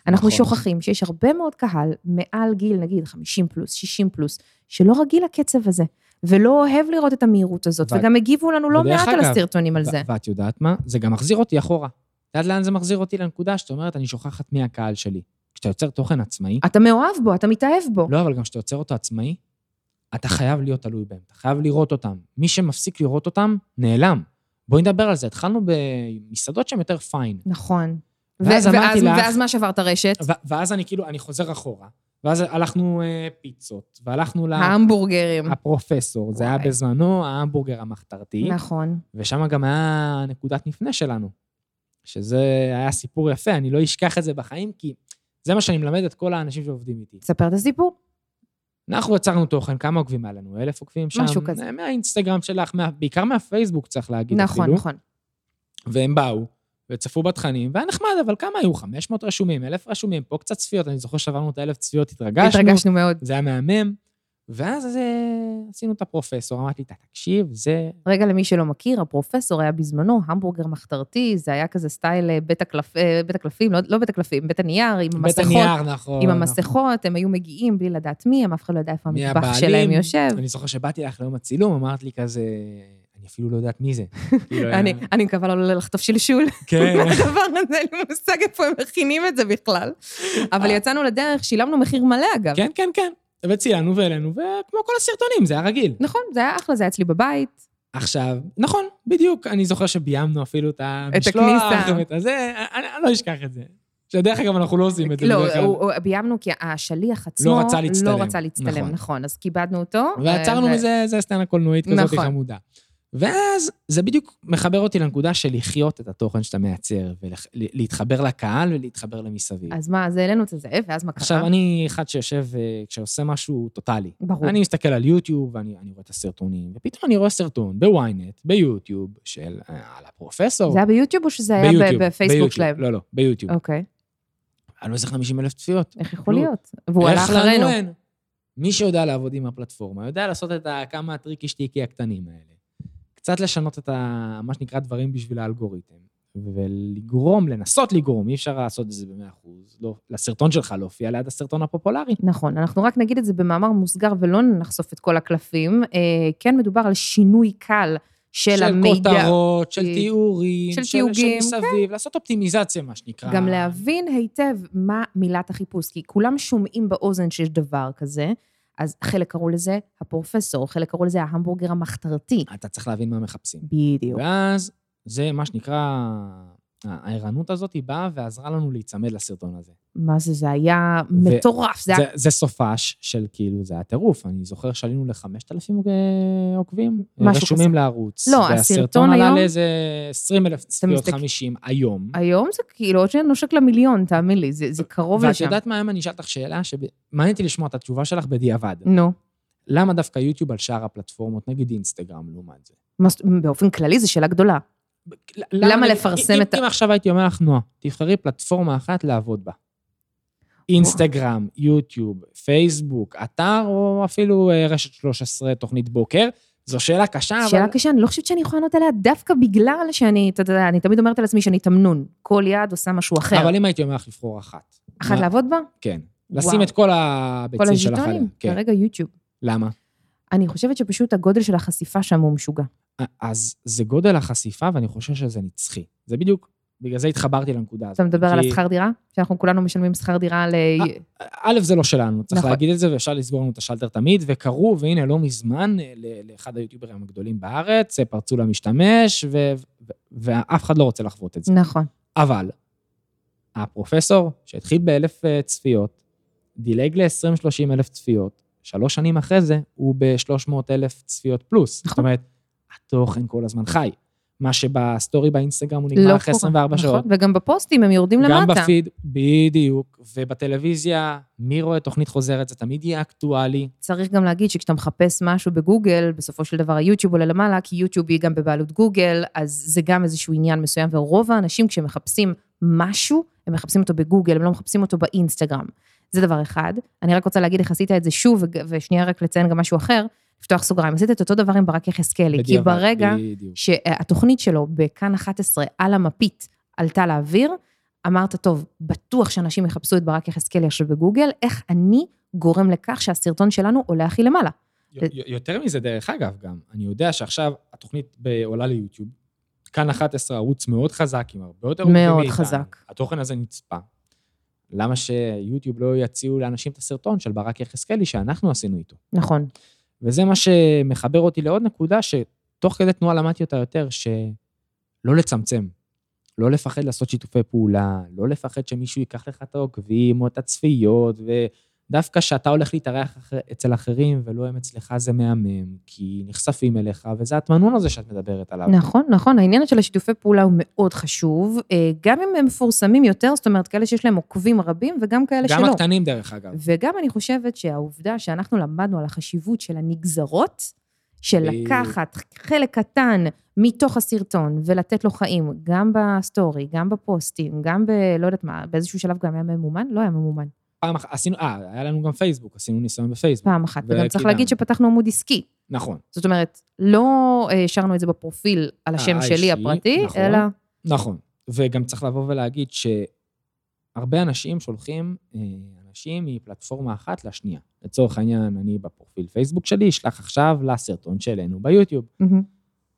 אנחנו
נכון.
שוכחים שיש הרבה מאוד קהל מעל גיל, נגיד 50 פלוס, 60 פלוס, שלא רגיל לקצב הזה, ולא אוהב לראות את המהירות הזאת,
ו-
וגם הגיבו לנו לא
ודרך
מעט על
אגב,
הסרטונים על
ו-
זה.
ואת יודעת מה? זה גם מחזיר אותי אחורה. את יודעת לאן זה מחזיר אותי? לנקודה שאת אומרת, אני שוכחת מי הקהל שלי. כשאתה יוצר תוכן עצמאי,
אתה מאוהב בו, אתה מתאהב בו.
לא, אבל גם כשאתה יוצר אותו עצמאי, אתה חייב להיות תלוי בהם, אתה חייב לראות אותם. מי שמפסיק לראות אותם, נעלם. בואי נדבר על זה. התחלנו במסעדות שהן יותר פיין.
נכון. ו-
ואז אמרתי
ואז-
לך-
ואז מה שברת רשת?
ו- ואז אני כאילו, אני חוזר אחורה. ואז הלכנו אה, פיצות, והלכנו ל-
ההמבורגרים.
הפרופסור, זה היה
וואי.
בזמנו ההמבורגר המחתרתי,
נכון.
ושם גם היה נקודת מפנה שלנו, שזה היה סיפור יפה, אני לא אשכח את זה בחיים, כי זה מה שאני מלמד את כל האנשים שעובדים איתי.
תספר את הסיפור.
אנחנו יצרנו תוכן, כמה עוקבים היה לנו? אלף עוקבים שם?
משהו כזה.
אה, מהאינסטגרם שלך, מה, בעיקר מהפייסבוק צריך להגיד
נכון,
אפילו.
נכון.
והם באו, וצפו בתכנים, והיה נחמד, אבל כמה היו? 500 רשומים, 1,000 רשומים, פה קצת צפיות, אני זוכר שעברנו את ה-1,000 צפיות, התרגשנו.
התרגשנו מאוד.
זה היה מהמם. ואז אז, אה, עשינו את הפרופסור, אמרתי, "אתה תקשיב, זה...
רגע, למי שלא מכיר, הפרופסור היה בזמנו המבורגר מחתרתי, זה היה כזה סטייל אה, בית, הקלפ... אה, בית הקלפים, לא, לא בית הקלפים, בית הנייר, עם
בית
המסכות.
הנייר, נכון.
עם
נכון.
המסכות, הם היו מגיעים בלי לדעת מי הם, אף אחד לא יודע איפה
מי
המטבח
הבעלים?
שלהם יושב.
אני זוכר שבאתי לך ליום הצילום, אמרת לי כזה, אני אפילו לא יודעת מי זה. כאילו, היה-
אני, לא. אני מקווה לא לחטוף שלשול.
כן.
הדבר הזה, אין לי מושג איפה הם מכינים את זה בכלל. אבל
אה.
יצאנו לדרך, שילמנו מחיר מלא אגב.
כן, כן, כן. וצילנו והעלינו, וכמו כל הסרטונים, זה היה רגיל.
נכון, זה היה אחלה, זה היה אצלי בבית.
עכשיו, נכון, בדיוק, אני זוכר שביימנו אפילו את המשלוח.
הכניסה.
ואת הזה, אני אני לא אשכח את זה. שדרך אגב, אנחנו לא עושים את זה. בדרך
לא,
כלל.
הוא- הוא- ביימנו כי השליח עצמו
רצה להצטלם.
לא רצה להצטלם,
נכון.
נכון. אז כיבדנו אותו.
ועצרנו
אה,
מזה, זה סצנה קולנועית כזאת
נכון.
חמודה. ואז זה בדיוק מחבר אותי לנקודה של לחיות את התוכן שאתה מייצר, ולהתחבר לקהל ולהתחבר למסביב.
אז מה, אז העלינו את זה, ואז מה קרה?
עכשיו, אני אחד שיושב, אה, כשעושה משהו טוטאלי.
ברור.
אני מסתכל על יוטיוב, ואני אני רואה את הסרטונים, ופתאום אני רואה סרטון ב-ynet, ביוטיוב, של... אה, על הפרופסור.
זה היה ביוטיוב או שזה היה
ביוטיוב,
ב- בפייסבוק
ביוטיוב.
שלהם?
לא, לא, ביוטיוב.
אוקיי,
היה לו איזה 50 אלף צפיות.
איך יכול
לא.
להיות? והוא
איך
עלה אחרינו.
לנו אין? מי שיודע לעבוד עם הפלטפורמה, יודע לעשות את ה- כמה הטריקי שטיקי הקטנים האלה. קצת לשנות את ה... מה שנקרא דברים בשביל האלגוריתם. ולגרום, לנסות לגרום, אי אפשר לעשות את זה ב-100%. לא, לסרטון שלך להופיע ליד הסרטון הפופולרי.
נכון, אנחנו רק נגיד את זה במאמר מוסגר ולא נחשוף את כל הקלפים. אה, כן מדובר על שינוי קל של, המידע.
של כותרות, של תיאורים,
של
של
תיוגים, כן.
של מסביב, לעשות אופטימיזציה, מה שנקרא.
גם להבין היטב מה מילת החיפוש, כי כולם שומעים באוזן שיש דבר כזה, אז חלק קראו לזה הפרופסור, חלק קראו לזה ההמבורגר המחתרתי.
אתה צריך להבין מה מחפשים.
בדיוק.
ואז זה מה שנקרא, הערנות הזאת היא באה ועזרה לנו להיצמד לסרטון הזה.
מה זה, זה היה מטורף, זה
זה,
היה...
זה סופש של כאילו, זה היה טירוף. אני זוכר שעלינו ל-5,000 עוקבים,
משהו
רשומים
כזה.
לערוץ.
לא, הסרטון
והסרטון עלה
היום-
לאיזה 20,000 צפיות,
מסתכל-
50 היום.
היום זה כאילו עוד שניה נושק למיליון, תאמין לי, זה, זה קרוב
ואת
לשם.
יודעת מה, היום אני אשאל אותך שאלה, שמעניין אותי לשמוע את התשובה שלך בדיעבד.
נו.
למה דווקא יוטיוב על שאר הפלטפורמות, נגיד אינסטגרם, לעומת זה?
מה זאת- באופן כללי זו שאלה גדולה. למה לפרסם
אם-
את ה-
אם עכשיו הייתי אומר לך, נועה, תבחרי פלטפורמה אחת לעבוד בה. אינסטגרם, יוטיוב, פייסבוק, אתר, או אפילו אה, רשת 13, תוכנית בוקר. זו שאלה קשה, אה, אבל...
שאלה קשה, אני לא חושבת שאני יכולה לענות עליה דווקא בגלל שאני, אתה יודע, אני תמיד אומרת על עצמי שאני תמנון. כל יד עושה משהו אחר.
אבל אם הייתי אומר לך לבחור אחת.
אחת
מה-
לעבוד בה?
כן.
וואו.
לשים את כל
כל
הביצים שלך עליה.
הז'יטונים?
כן.
כרגע יוטיוב.
למה?
אני חושבת שפשוט הגודל של החשיפה שם הוא משוגע.
א- אז זה גודל החשיפה, ואני חושב שזה נצחי. זה בדיוק, בגלל זה התחברתי לנקודה הזאת.
אתה מדבר על
כי-
השכר דירה? שאנחנו כולנו משלמים שכר דירה ל...
א', זה לא שלנו, צריך
נכון.
להגיד את זה, ואפשר לסגור לנו את השלטר תמיד, וקראו, והנה, לא מזמן, אה, ל- לאחד היוטיוברים הגדולים בארץ, אה, פרצו למשתמש, ו- ו- ואף אחד לא רוצה לחוות את זה.
נכון.
אבל הפרופסור, שהתחיל באלף אה, צפיות, דילג ל-20-30 אלף צפיות, שלוש שנים אחרי זה, הוא ב-300 אלף צפיות פלוס. זאת
נכון.
אומרת, התוכן כל הזמן חי. מה שבסטורי באינסטגרם הוא נגמר אחרי
קורה.
24
נכון,
שעות.
וגם בפוסטים הם יורדים
גם
למטה.
בפיד, בדיוק. ובטלוויזיה, מי רואה תוכנית חוזרת, זה תמיד יהיה אקטואלי.
צריך גם להגיד שכשאתה מחפש משהו בגוגל, בסופו של דבר היוטיוב עולה למעלה, כי יוטיוב היא גם בבעלות גוגל, אז זה גם איזשהו עניין מסוים, ורוב האנשים כשמחפשים משהו, הם מחפשים אותו בגוגל, הם לא מחפשים אותו באינסטגרם. זה דבר אחד. אני רק רוצה להגיד איך עשית את זה שוב, וג- ושנייה רק לציין גם משהו אחר, לפתוח סוגריים. עשית את אותו דבר עם ברק יחזקאלי, כי
בדיעבד,
ברגע...
בדיוק.
שהתוכנית שלו בכאן 11 על המפית עלתה לאוויר, אמרת, טוב, בטוח שאנשים יחפשו את ברק יחזקאלי עכשיו בגוגל, איך אני גורם לכך שהסרטון שלנו עולה הכי למעלה.
י- י- יותר מזה, דרך אגב, גם, אני יודע שעכשיו התוכנית ב- עולה ליוטיוב, כאן 11 ערוץ מאוד חזק, עם הרבה יותר עוקבים
מאוד
מאיתנו.
חזק.
התוכן הזה נצפה. למה שיוטיוב לא יציעו לאנשים את הסרטון של ברק יחזקאלי שאנחנו עשינו איתו?
נכון.
וזה מה שמחבר אותי לעוד נקודה שתוך כדי תנועה למדתי אותה יותר, לא לצמצם. לא לפחד לעשות שיתופי פעולה, לא לפחד שמישהו ייקח לך את העוקבים או את הצפיות, ודווקא שאתה הולך להתארח אח- אצל אחרים ולא הם אצלך זה מהמם, כי נחשפים אליך, וזה התמנון הזה שאת מדברת עליו.
נכון, נכון. העניין של השיתופי פעולה הוא מאוד חשוב, אה, גם אם הם מפורסמים יותר, זאת אומרת, כאלה שיש להם עוקבים רבים, וגם כאלה
גם
שלא.
הקטנים דרך אגב.
וגם אני חושבת שהעובדה שאנחנו למדנו על החשיבות של הנגזרות, של
בדיוק.
לקחת חלק קטן מתוך הסרטון ולתת לו חיים, גם בסטורי, גם בפוסטים, גם ב... לא יודעת מה, באיזשהו שלב גם היה ממומן? לא היה ממומן,
פעם אחת, עשינו, אה, היה לנו גם פייסבוק, עשינו ניסיון בפייסבוק.
פעם אחת. וגם צריך
וקידמנו.
להגיד שפתחנו עמוד עסקי.
נכון,
זאת אומרת, לא אה, השארנו את זה בפרופיל על השם
אה, האישי,
שלי הפרטי,
נכון.
אלא...
נכון. וגם צריך לבוא ולהגיד שהרבה אנשים שולחים אה, אנשים מפלטפורמה אחת לשנייה. לצורך העניין, אני בפרופיל פייסבוק שלי, אשלח עכשיו לסרטון שהעלינו ביוטיוב.
מהמם.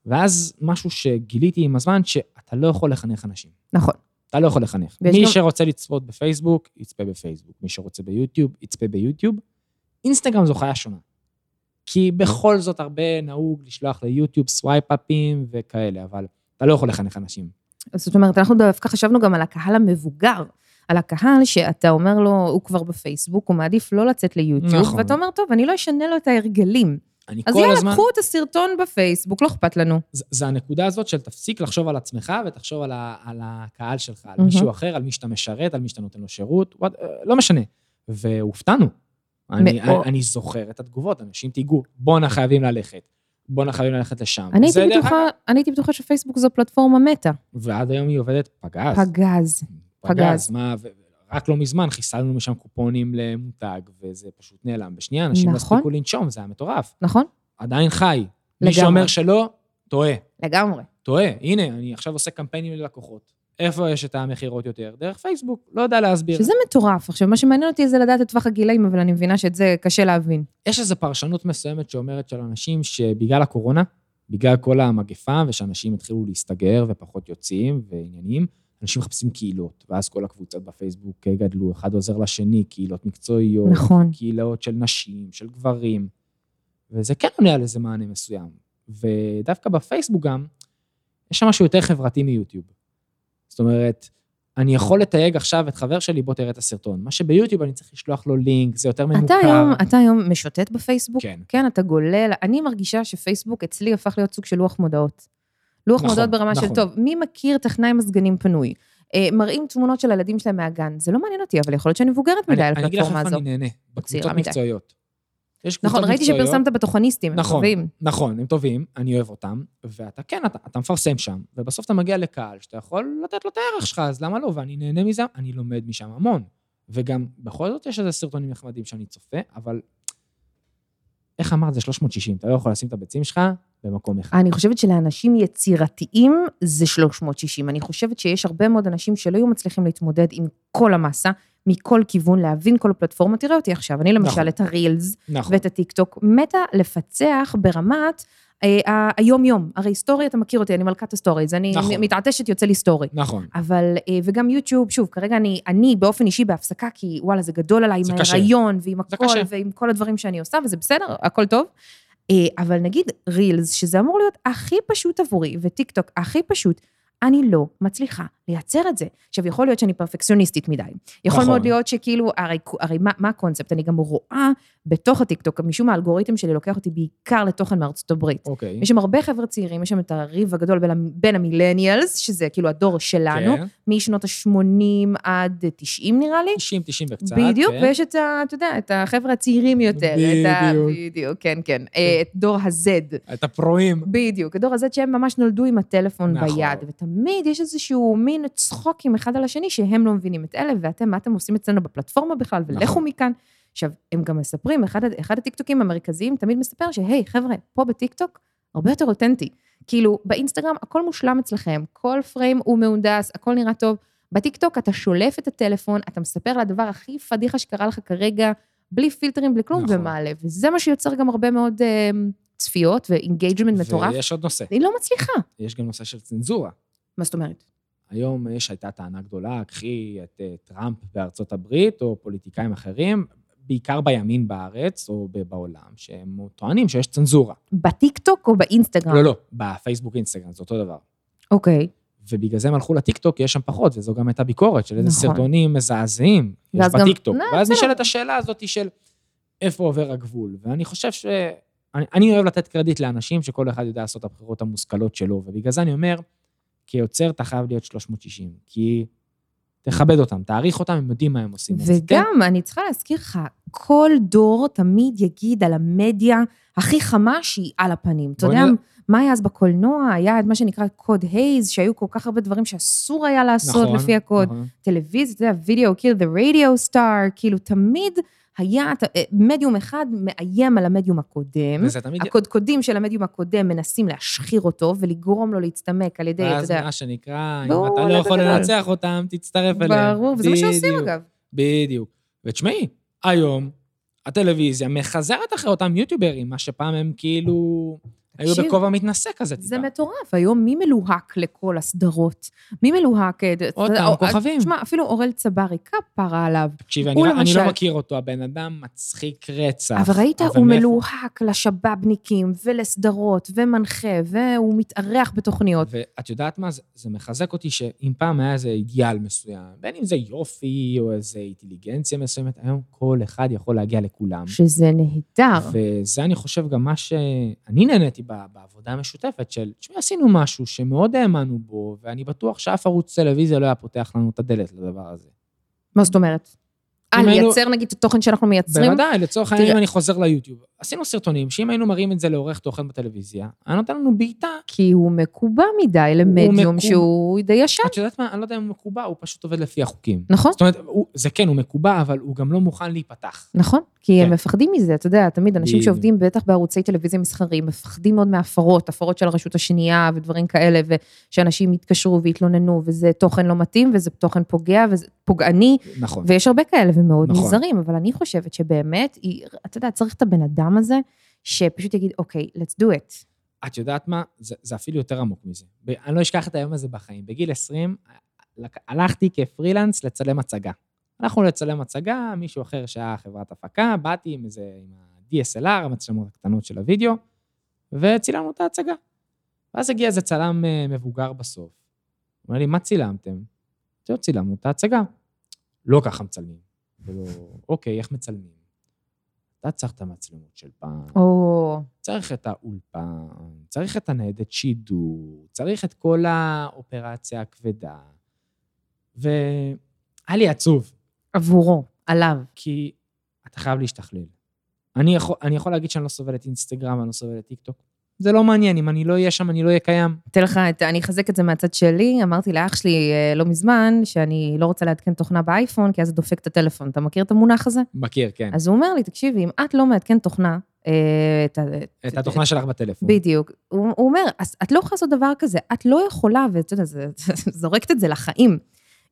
ואז משהו שגיליתי עם הזמן, שאתה לא יכול לחנך אנשים.
נכון.
אתה לא יכול לחנך.
ויש
מי
גם-
שרוצה לצפות בפייסבוק, יצפה בפייסבוק. מי שרוצה ביוטיוב, יצפה ביוטיוב. אינסטגרם זו חיה שונה. כי בכל זאת הרבה נהוג לשלוח ליוטיוב סווייפ-אפים וכאלה, אבל אתה לא יכול לחנך אנשים.
אז זאת אומרת, אנחנו דווקא חשבנו גם על הקהל המבוגר, על הקהל שאתה אומר לו, הוא כבר בפייסבוק, הוא מעדיף לא לצאת ליוטיוב,
נכון.
ואתה אומר, טוב, אני לא אשנה לו את ההרגלים.
אני
אז
כל
יאללה,
הזמן...
קחו את הסרטון בפייסבוק, לא אכפת לנו.
זה, זה הנקודה הזאת של תפסיק לחשוב על עצמך ותחשוב על, ה, על הקהל שלך, על
מהמם.
מישהו אחר, על מי שאתה משרת, על מי שאתה נותן לו שירות, what, אה, לא משנה. והופתענו. אני,
מאוד.
אני, אני זוכר את התגובות, אנשים תיגעו, בואנה חייבים ללכת, בואנה חייבים ללכת לשם.
אני הייתי
זה דרך
בטוחה-
אגב-
אני הייתי בטוחה שפייסבוק זו פלטפורמה מתה.
ועד היום היא עובדת פגז.
פגז. פגז.
מה, ו- רק לא מזמן חיסלנו משם קופונים למותג, וזה פשוט נעלם. בשנייה, אנשים לא
נכון.
הספיקו לנשום, זה היה מטורף.
נכון?
עדיין חי. מי
לגמרי.
שאומר שלא, טועה.
לגמרי.
טועה, הנה, אני עכשיו עושה קמפיינים ללקוחות. איפה יש את המכירות יותר? דרך פייסבוק, לא יודע להסביר.
שזה מטורף. עכשיו, מה שמעניין אותי זה לדעת את טווח הגילאים, אבל אני מבינה שאת זה קשה להבין.
יש איזו פרשנות מסוימת שאומרת של אנשים שבגלל הקורונה, בגלל כל המגפה, ושאנשים התחילו להסתגר ופחות יוצאים ועניינים, אנשים מחפשים קהילות, ואז כל הקבוצות בפייסבוק גדלו, אחד עוזר לשני, קהילות מקצועיות,
נכון.
קהילות של נשים, של גברים, וזה כן עונה על איזה מענה מסוים. ודווקא בפייסבוק גם, יש שם משהו יותר חברתי מיוטיוב. זאת אומרת, אני יכול לתייג עכשיו את חבר שלי, בוא תראה את הסרטון. מה שביוטיוב אני צריך לשלוח לו לינק, זה יותר ממוכר.
אתה היום, אתה היום משוטט בפייסבוק?
כן.
כן, אתה גולל. אני מרגישה שפייסבוק אצלי הפך להיות סוג של לוח מודעות. לוח
נכון,
נכון, מודעות ברמה נכון.
נכון.
של, טוב, מי מכיר טכנאי מזגנים פנוי? אה, מראים תמונות של הילדים שלהם מהגן. זה לא מעניין אותי, אבל יכול להיות שאני מבוגרת מדי
אני
על
אני אגיד לך
הפלטפורמה
איפה
הזו.
אני נהנה, בקבוצות
צעירה מדי.
מקצועיות. יש קבוצות
נכון, ראיתי
מקצועיות-
שפרסמת בתוכניסטים, הם
נכון.
טובים.
נכון, הם טובים, אני אוהב אותם, ואתה כן, אתה, אתה מפרסם שם, ובסוף אתה מגיע לקהל שאתה יכול לתת לו את הערך שלך, אז למה לא? ואני נהנה מזה, אני לומד משם המון. וגם, בכל זאת יש איזה סרטונים נחמדים שאני צופה, אבל איך אמרת, זה 360, אתה לא יכול לשים את הביצים שלך במקום אחד.
אני חושבת שלאנשים יצירתיים זה 360. אני חושבת שיש הרבה מאוד אנשים שלא היו מצליחים להתמודד עם כל המסה, מכל כיוון, להבין כל הפלטפורמה. תראה אותי עכשיו, אני למשל
נכון.
את הרילס,
נכון,
אה, ואת הטיקטוק, מתה לפצח ברמת אה, ה- היום-יום. הרי סטורי, אתה מכיר אותי, אני מלכת הסטוריז, אני
נכון.
נכון. מתעטשת, יוצא לי סטורי.
נכון.
אבל, אה, וגם יוטיוב, שוב, כרגע אני, אני באופן אישי בהפסקה, כי וואלה, זה גדול עליי,
זה
עם
קשה.
ההיריון, ועם
זה
הכל,
קשה.
ועם כל הדברים שאני עושה, וזה בסדר, הכל טוב. אה, אבל נגיד רילס, שזה אמור להיות הכי פשוט עבורי, וטיקטוק הכי פשוט, אני לא מצליחה לייצר את זה. עכשיו, יכול להיות שאני פרפקציוניסטית מדי. יכול
נכון.
נכון. מאוד להיות שכאילו, הרי, הרי מה, מה הקונספט? אני גם רואה בתוך הטיקטוק, משום מה האלגוריתם שלי לוקח אותי בעיקר לתוכן מארצות הברית.
אוקיי.
יש שם הרבה חבר'ה צעירים, יש שם את הריב הגדול בין, המ- בין המילניאלס, שזה כאילו הדור שלנו,
כן,
משנות ה-80 עד 90 נראה לי.
90, 90 וקצת.
בדיוק,
כן.
ויש את ה... אתה יודע, את החבר'ה הצעירים יותר. את ה-
בדיוק.
בדיוק, כן, כן. אה, את דור ה-Z.
את הפרועים.
בדיוק, הדור הזה שהם ממש נולדו עם הטלפון
נכון.
ביד, ותמיד יש איזשהו מין צחוקים אחד על השני שהם לא מבינים את אלה, ואתם, מה אתם עושים אצלנו בפלטפורמה בכלל, ולכו
נכון.
מכאן. עכשיו, הם גם מספרים, אחד, אחד הטיקטוקים המרכזיים תמיד מספר שהי, חבר'ה, פה בטיקטוק הרבה יותר אותנטי. כאילו, באינסטגרם הכל מושלם אצלכם, כל פריים הוא מהונדס, הכל נראה טוב. בטיקטוק אתה שולף את הטלפון, אתה מספר על הדבר הכי פדיחה שקרה לך כרגע, בלי פילטרים, בלי כלום,
נכון.
ומעלה. וזה מה שיוצר גם הרבה מאוד אה, צפיות ואינגייג'מנט מטורף.
ויש עוד נושא,
אני לא מצליחה.
יש גם נושא של צנזורה.
מה זאת אומרת?
היום יש, הייתה טענה גדולה, קחי את אה, טראמפ בארצות הברית, או פוליטיקאים אחרים, בעיקר בימין בארץ או ב- בעולם, שהם טוענים שיש צנזורה.
בטיקטוק או באינסטגרם?
לא, לא, בפייסבוק אינסטגרם, זה אותו דבר.
אוקיי.
ובגלל זה הם הלכו לטיקטוק, כי יש שם פחות, וזו גם הייתה ביקורת של איזה
נכון.
סרטונים מזעזעים יש
ואז גם-
בטיקטוק.
לא,
ואז
בסדר.
נשאלת השאלה הזאת של איפה עובר הגבול. ואני חושב ש... אני, אני אוהב לתת קרדיט לאנשים שכל אחד יודע לעשות את הבחירות המושכלות שלו, ובגלל זה אני אומר, כיוצר אתה חייב להיות 360, כי תכבד אותם, תעריך אותם, הם יודעים מה הם עושים. אז כן,
וגם, אני צריכה להזכיר לך, כל דור תמיד יגיד על המדיה הכי חמה שהיא על הפנים. אתה
בואי
יודע,
נ-
מה היה אז בקולנוע? היה את מה שנקרא קוד הייז, שהיו כל כך הרבה דברים שאסור היה לעשות
נכון,
לפי הקוד.
נכון.
טלוויזיה, אתה יודע, וידאו, כאילו, the radio star, כאילו, תמיד היה, ת- אה, מדיום אחד מאיים על המדיום הקודם.
וזה תמיד...
הקודקודים של המדיום הקודם מנסים להשחיר אותו ולגרום לו להצטמק על ידי, אתה
ואז
יודע,
מה שנקרא, אם
ברור,
אתה לא
לדעת
יכול
גדול.
לנצח אותם, תצטרף אליהם.
ברור, וזה מה שעושים
בדיוק.
אגב.
בדיוק. ותשמעי, היום הטלוויזיה מחזרת אחרי אותם יוטיוברים, מה שפעם הם כאילו היו
תקשיב,
בכובע מתנשא כזה
זה
טיפה.
מטורף, היום מי מלוהק לכל הסדרות? מי מלוהק? אה,
עוד
אה,
פעם,
אה,
כוכבים.
תשמע, אפילו אורל צברי, כפרה עליו.
תקשיבי, אני,
הוא
לא- אני
למשל-
לא מכיר אותו, הבן אדם מצחיק רצח.
אבל ראית,
אבל
הוא
מאיפה-
מלוהק לשבאבניקים ולסדרות ומנחה, והוא מתארח בתוכניות.
ואת יודעת מה? זה, זה מחזק אותי שאם פעם היה איזה אידיאל מסוים, בין אם זה יופי או איזה אינטליגנציה מסוימת, היום כל אחד יכול להגיע לכולם.
שזה נהדר.
וזה, אני חושב, גם מה שאני נהניתי ב- בעבודה המשותפת של, תשמעי, עשינו משהו שמאוד האמנו בו, ואני בטוח שאף ערוץ טלוויזיה לא היה פותח לנו את הדלת לדבר הזה.
מה זאת אומרת? אה,
אם היינו-
לייצר נגיד את התוכן שאנחנו מייצרים?
בוודאי, לצורך העניין,
תראה-
אם אני חוזר ליוטיוב, עשינו סרטונים שאם היינו מראים את זה לעורך תוכן בטלוויזיה, היה נותן לנו בעיטה.
כי הוא מקובע מדי למדיום
מקובע.
שהוא די ישן,
את יודעת מה? אני לא יודע אם הוא מקובע, הוא פשוט עובד לפי החוקים.
נכון?
זאת אומרת, הוא- זה כן, הוא מקובע, אבל הוא גם לא מוכן להיפתח.
נכון, כי הם
כן.
מפחדים מזה, אתה יודע, תמיד אנשים
בדיוק.
שעובדים בטח בערוצי טלוויזיה מסחריים, מפחדים מאוד מהפרות, הפרות של הרשות השנייה ודברים כאלה, ושאנשים יתקשרו ויתלוננו, וזה תוכן לא מתאים, וזה תוכן פוגע, וזה פוגעני,
נכון.
ויש הרבה כאלה ומאוד
נכון.
נזהרים, אבל אני חושבת שבאמת, היא- אתה יודע, צריך את הבן אדם הזה, שפשוט יגיד, אוקיי, let's do it.
את יודעת מה? זה, זה אפילו יותר עמוק מזה. ב- אני לא אשכח את היום הזה בחיים. בגיל 20 לק- הלכתי כפרילנס לצלם הצגה. הלכנו לצלם הצגה, מישהו אחר שהיה חברת הפקה, באתי עם איזה, עם ה-DSLR, המצלמות הקטנות של הוידאו, וצילמנו את ההצגה. ואז הגיע איזה צלם אה, מבוגר בסוף. הוא אומר לי, מה צילמתם? זהו, צילמנו את ההצגה. לא ככה מצלמים. ולא, אוקיי, איך מצלמים? אתה צריך את המצלמות של פעם.
או,
צריך את האולפן, צריך את הניידת שידור, צריך את כל האופרציה הכבדה. והיה לי עצוב,
עבורו, עליו.
כי אתה חייב להשתכלל. אני יכול, אני יכול להגיד שאני לא סובל את אינסטגרם ואני לא סובל את טיקטוק. זה לא מעניין, אם אני לא אהיה שם, אני לא אהיה קיים.
אתן לך את, אני אחזק את זה מהצד שלי, אמרתי לאח שלי אה, לא מזמן, שאני לא רוצה לעדכן תוכנה באייפון, כי אז זה דופק את הטלפון. אתה מכיר את המונח הזה?
מכיר, כן.
אז הוא אומר לי, תקשיבי, אם את לא מעדכנת תוכנה, אה, את ה-
את התוכנה שלך בטלפון.
בדיוק. הוא הוא אומר, "אז את לא יכולה לעשות דבר כזה, את לא יכולה, ואתה יודע, זה- זורקת את זה לחיים.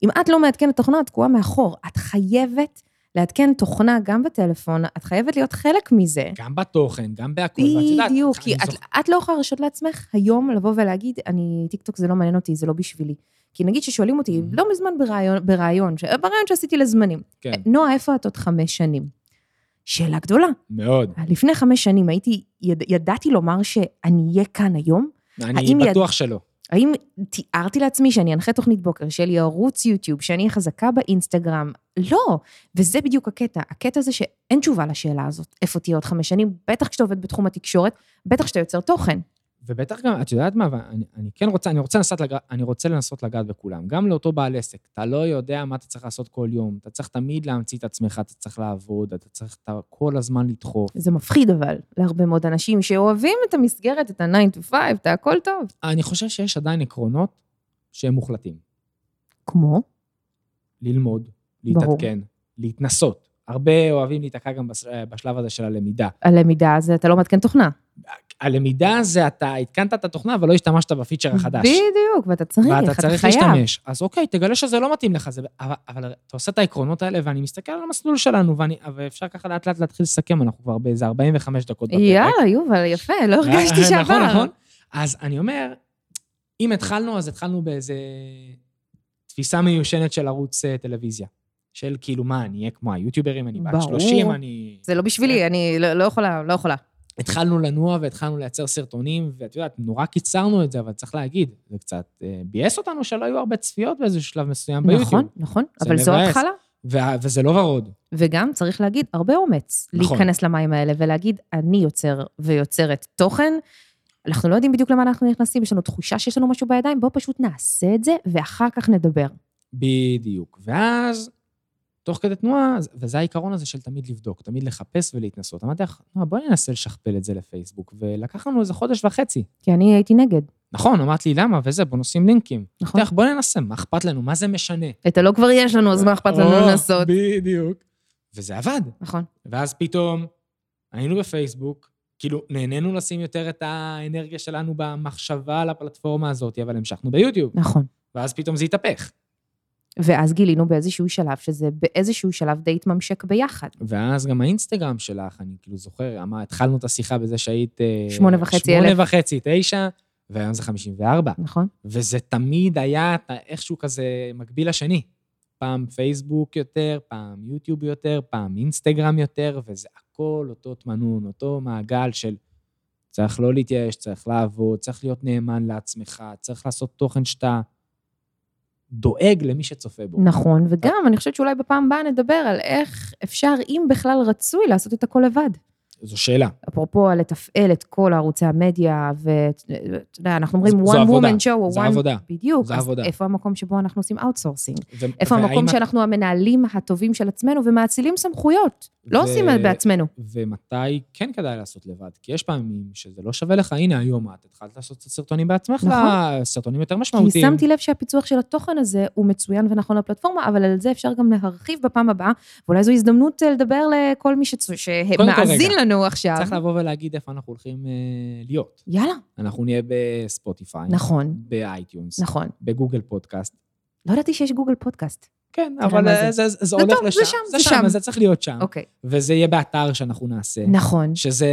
אם את לא מעדכנת תוכנה, את תקועה מאחור. את חייבת לעדכן תוכנה גם בטלפון, את חייבת להיות חלק מזה.
גם בתוכן, גם בהכול. ואת יודעת,
בדיוק,
אני
כי את,
זוכ-
את לא יכולה להרשות לעצמך היום לבוא ולהגיד, אני, טיקטוק זה לא מעניין אותי, זה לא בשבילי. כי נגיד ששואלים אותי,
Mhm.
לא מזמן בריאיון, בריאיון, ש- בריאיון שעשיתי לזמנים,
כן,
נועה, איפה את עוד חמש שנים? שאלה גדולה.
מאוד.
לפני חמש שנים הייתי, יד, ידעתי לומר שאני אהיה כאן היום? האם
אני
יד-
בטוח שלא.
האם תיארתי לעצמי שאני אנחה תוכנית בוקר, שיהיה לי ערוץ יוטיוב, שאני אהיה חזקה באינסטגרם? לא. וזה בדיוק הקטע. הקטע זה שאין תשובה לשאלה הזאת, איפה תהיה עוד חמש שנים, בטח כשאתה עובד בתחום התקשורת, בטח כשאתה יוצר תוכן.
ובטח גם, את יודעת מה, ואני, אני כן רוצה, אני רוצה, לנסות לגע, אני רוצה לנסות לגעת בכולם. גם לאותו בעל עסק, אתה לא יודע מה אתה צריך לעשות כל יום. אתה צריך תמיד להמציא את עצמך, אתה צריך לעבוד, אתה צריך אתה, כל הזמן לדחוף.
זה מפחיד אבל, להרבה מאוד אנשים שאוהבים את המסגרת, את ה-9 to 5, את הכל טוב.
אני חושב שיש עדיין עקרונות שהם מוחלטים.
כמו?
ללמוד,
ברור.
להתעדכן, להתנסות. הרבה אוהבים להיתקע גם בש- אה, בשלב הזה של הלמידה.
הלמידה זה אתה לא מעדכן תוכנה.
הלמידה זה אתה התקנת את התוכנה, אבל לא השתמשת בפיצ'ר החדש.
בדיוק, ואתה צריך, אתה חייב.
ואתה צריך להשתמש. אז אוקיי, תגלה שזה לא מתאים לך, זה, אבל, אבל אתה עושה את העקרונות האלה, ואני מסתכל על המסלול שלנו, ואני, ואפשר ככה לאט לאט להתחיל לסכם, אנחנו כבר באיזה 45 דקות בפרק.
יאללה, יובל, יפה, לא הרגשתי שעבר.
אוקיי. נכון, נכון. אז אני אומר, אם התחלנו, אז התחלנו באיזה תפיסה מיושנת של ערוץ אה, טלוויזיה. של כאילו, מה, אני אהיה כמו היוטיוברים, אני בת
ברור.
30, אני...
זה לא בשבילי, אני לא לא יכולה, לא יכולה.
התחלנו לנוע והתחלנו לייצר סרטונים, ואת יודעת, נורא קיצרנו את זה, אבל צריך להגיד, זה קצת אה, ביאס אותנו שלא היו הרבה צפיות באיזשהו שלב מסוים ביוטיוב.
נכון, נכון,
זה
אבל זו
מבאס.
התחלה.
וה- וזה לא ורוד.
וגם, צריך להגיד, הרבה אומץ
נכון.
להיכנס למים האלה ולהגיד, אני יוצר ויוצרת תוכן. אנחנו לא יודעים בדיוק למה אנחנו נכנסים, יש לנו תחושה שיש לנו משהו בידיים, בואו פשוט נעשה את זה, ואחר כך נדבר.
בדיוק. ואז, תוך כדי תנועה, אז- וזה העיקרון הזה של תמיד לבדוק, תמיד לחפש ולהתנסות. אמרתי לך, "נועה, בואי ננסה לשכפל את זה לפייסבוק, ולקח לנו איזה חודש וחצי.
כי אני הייתי נגד,
נכון, אמרת לי, למה? וזה, בוא נשים לינקים.
נכון?
אמרתי לך, בוא ננסה, מה אכפת לנו? מה זה משנה?
את הלא כבר יש לנו,
אה,
אז מה אכפת לנו
או,
לנסות?
בדיוק. וזה עבד.
נכון.
ואז פתאום היינו בפייסבוק, כאילו נהנינו לשים יותר את האנרגיה שלנו במחשבה על הפלטפורמה הזאת, אבל המשכנו ביוטיוב,
נכון.
ואז פתאום זה התהפך.
ואז גילינו באיזשהו שלב שזה באיזשהו שלב די התממשק ביחד.
ואז גם האינסטגרם שלך, אני כאילו זוכר, אמר, התחלנו את השיחה בזה שהיית... אה,
שמונה וחצי אלף.
שמונה וחצי, תשע, והיום זה 54.
נכון?
וזה תמיד היה אתה איכשהו כזה מקביל לשני. פעם פייסבוק יותר, פעם יוטיוב יותר, פעם אינסטגרם יותר, וזה הכל אותו תמנון, אותו מעגל של צריך לא להתייאש, צריך לעבוד, צריך להיות נאמן לעצמך, צריך לעשות תוכן שאתה דואג למי שצופה בו. אה.
נכון, וגם, אני חושבת שאולי בפעם הבאה נדבר על איך אפשר, אם בכלל רצוי, לעשות את הכל לבד.
זו שאלה.
אפרופו לתפעל את כל ערוצי המדיה, ואתה יודע, אנחנו אומרים
זו
one
עבודה,
woman show, או
זו
one...
עבודה.
בדיוק.
זו
אז
עבודה.
איפה המקום שבו אנחנו עושים אאוטסורסינג?
ו-
איפה
והאם
המקום
את-
שאנחנו המנהלים הטובים של עצמנו ומאצילים סמכויות?
ו-
לא עושים את בעצמנו.
ומתי כן כדאי לעשות לבד. כי יש פעמים שזה לא שווה לך, הנה היום את התחלת לעשות קצת סרטונים בעצמך,
נכון.
סרטונים יותר
כי
משמעותיים.
שמתי לב שהפיצוח של התוכן הזה הוא מצוין ונכון לפלטפורמה, אבל על זה אפשר גם להרחיב בפעם הבאה, ואולי זו הזדמנות אה, לדבר לכל מי שצו-
כל
שמאזין
רגע.
לנו עכשיו.
צריך לבוא ולהגיד איפה אנחנו הולכים אה, להיות.
יאללה,
אנחנו נהיה בספוטיפיי,
נכון,
באייטיונס,
נכון.
בגוגל פודקאסט. לא
לא ידעתי שיש גוגל פודקאסט.
כן,
תראה
אבל
מה
אה,
זה.
זה, זה, זה הולך
טוב,
לשם.
זה שם, זה שם.
אז זה צריך להיות שם.
אוקיי,
וזה יהיה באתר שאנחנו נעשה.
נכון.
שזה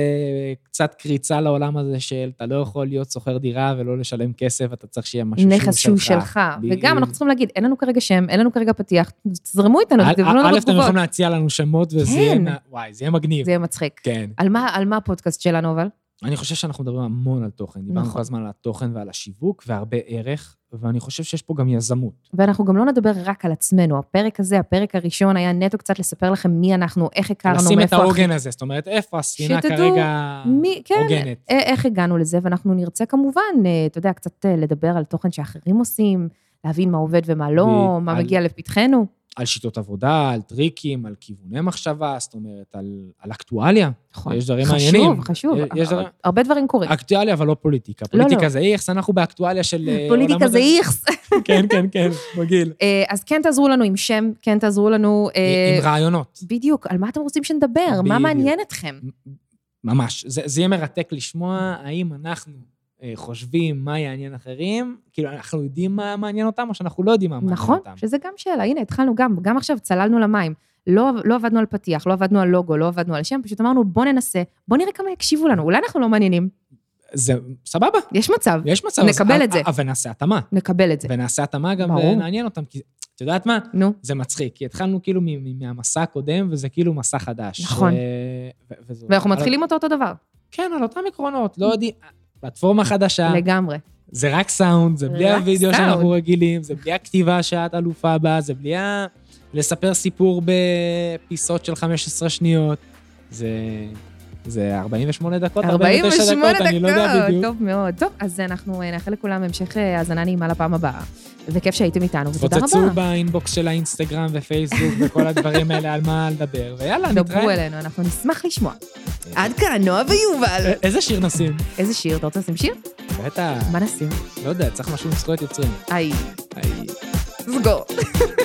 קצת קריצה לעולם הזה של אתה לא יכול להיות שוכר דירה ולא לשלם כסף, אתה צריך שיהיה משהו
נכס שהוא שלך. וגם
בדיוק.
אנחנו צריכים להגיד, אין לנו כרגע שם, אין לנו כרגע פתיח, תזרמו איתנו,
א',
תכתבו כן, לנו
א', אתם
בתגובות.
יכולים להציע לנו שמות, וזה
כן.
יהיה... נע- וואי, זה יהיה מגניב.
זה יהיה מצחיק.
כן.
על מה- על מה הפודקאסט שלנו אבל?
אני חושב שאנחנו מדברים המון על תוכן. דיברנו
נכון.
כל הזמן על התוכן ועל השיווק, והרבה ערך, ואני חושב שיש פה גם יזמות.
ואנחנו גם לא נדבר רק על עצמנו. הפרק הזה, הפרק הראשון, היה נטו קצת לספר לכם מי אנחנו, איך הכרנו,
לשים את
מאיפה... הכי-
העוגן הזה, זאת אומרת, איפה הספינה
שתדעו
כרגע
מי, כן,
הוגנת.
אה, איך הגענו לזה, ואנחנו נרצה כמובן, אה, אתה יודע, קצת אה, לדבר על תוכן שאחרים עושים, להבין מה עובד ומה לא,
ב-
מה
על-
מגיע לפתחנו.
על שיטות עבודה, על טריקים, על כיווני מחשבה, זאת אומרת, על על אקטואליה.
נכון.
יש דברים מעניינים.
חשוב, חשוב.
יש דברים-
הרבה דברים קורים.
אקטואליה, אבל לא פוליטיקה.
לא.
פוליטיקה זה איכס, אנחנו באקטואליה של... אה, עולם
פוליטיקה זה
הזה.
איכס.
כן, כן, כן, מגעיל.
אה, אז כן תעזרו לנו עם שם, כן תעזרו לנו... אה,
עם רעיונות.
בדיוק, על מה אתם רוצים שנדבר? מה
בדיוק.
מעניין אתכם?
ממש. זה, זה יהיה מרתק לשמוע האם אנחנו אה, חושבים מה יעניין אחרים, כאילו, אנחנו יודעים מה מעניין אותם, או שאנחנו לא יודעים מה מעניין
נכון,
אותם.
שזה גם שאלה. הנה, התחלנו גם, גם עכשיו צללנו למים. לא, לא עבדנו על פתיח, לא עבדנו על לוגו, לא עבדנו על שם, פשוט אמרנו, בוא ננסה, בוא נראה כמה יקשיבו לנו, אולי אנחנו לא מעניינים.
זה סבבה,
יש מצב,
יש מצב.
נקבל
אז-
את זה.
אבל נעשה התאמה.
נקבל את זה.
ונעשה התאמה גם,
ברור.
ונעניין אותם, כי את יודעת מה?
נו,
זה מצחיק, כי התחלנו כאילו מ- מ- מהמסע הקודם, וזה כאילו מסע חדש.
נכון.
אה, ו- וזה-
ואנחנו
על-
מתחילים אותו אותו דבר,
כן, על אותם עקרונות, לא יודעים. פלטפורמה חדשה,
לגמרי.
זה רק סאונד, זה בלי
רק
הוידאו
סאונד.
שאנחנו רגילים, זה בלי הכתיבה שאת אלופה בה, זה בלי ה... לספר סיפור בפיסות של 15 שניות. זה... זה 48 דקות, 49 דקות,
48 דקות,
אני לא יודע בדיוק.
טוב מאוד. טוב, אז אנחנו אה, נאחל לכולם המשך אה, האזנה נעימה לפעם הבאה. וכיף שהייתם איתנו, ותודה רבה.
תפוצצו באינבוקס של האינסטגרם ופייסבוק וכל הדברים האלה על מה לדבר, ויאללה,
דברו
נתראה.
אלינו, אנחנו נשמח לשמוע. עד כאן, נועה ויובל.
א- איזה שיר נשים?
איזה שיר? אתה רוצה לשים שיר?
בטח,
מה נשים?
לא יודע, צריך משהו עם זכויות יוצרים.
היי,
היי.
סגור.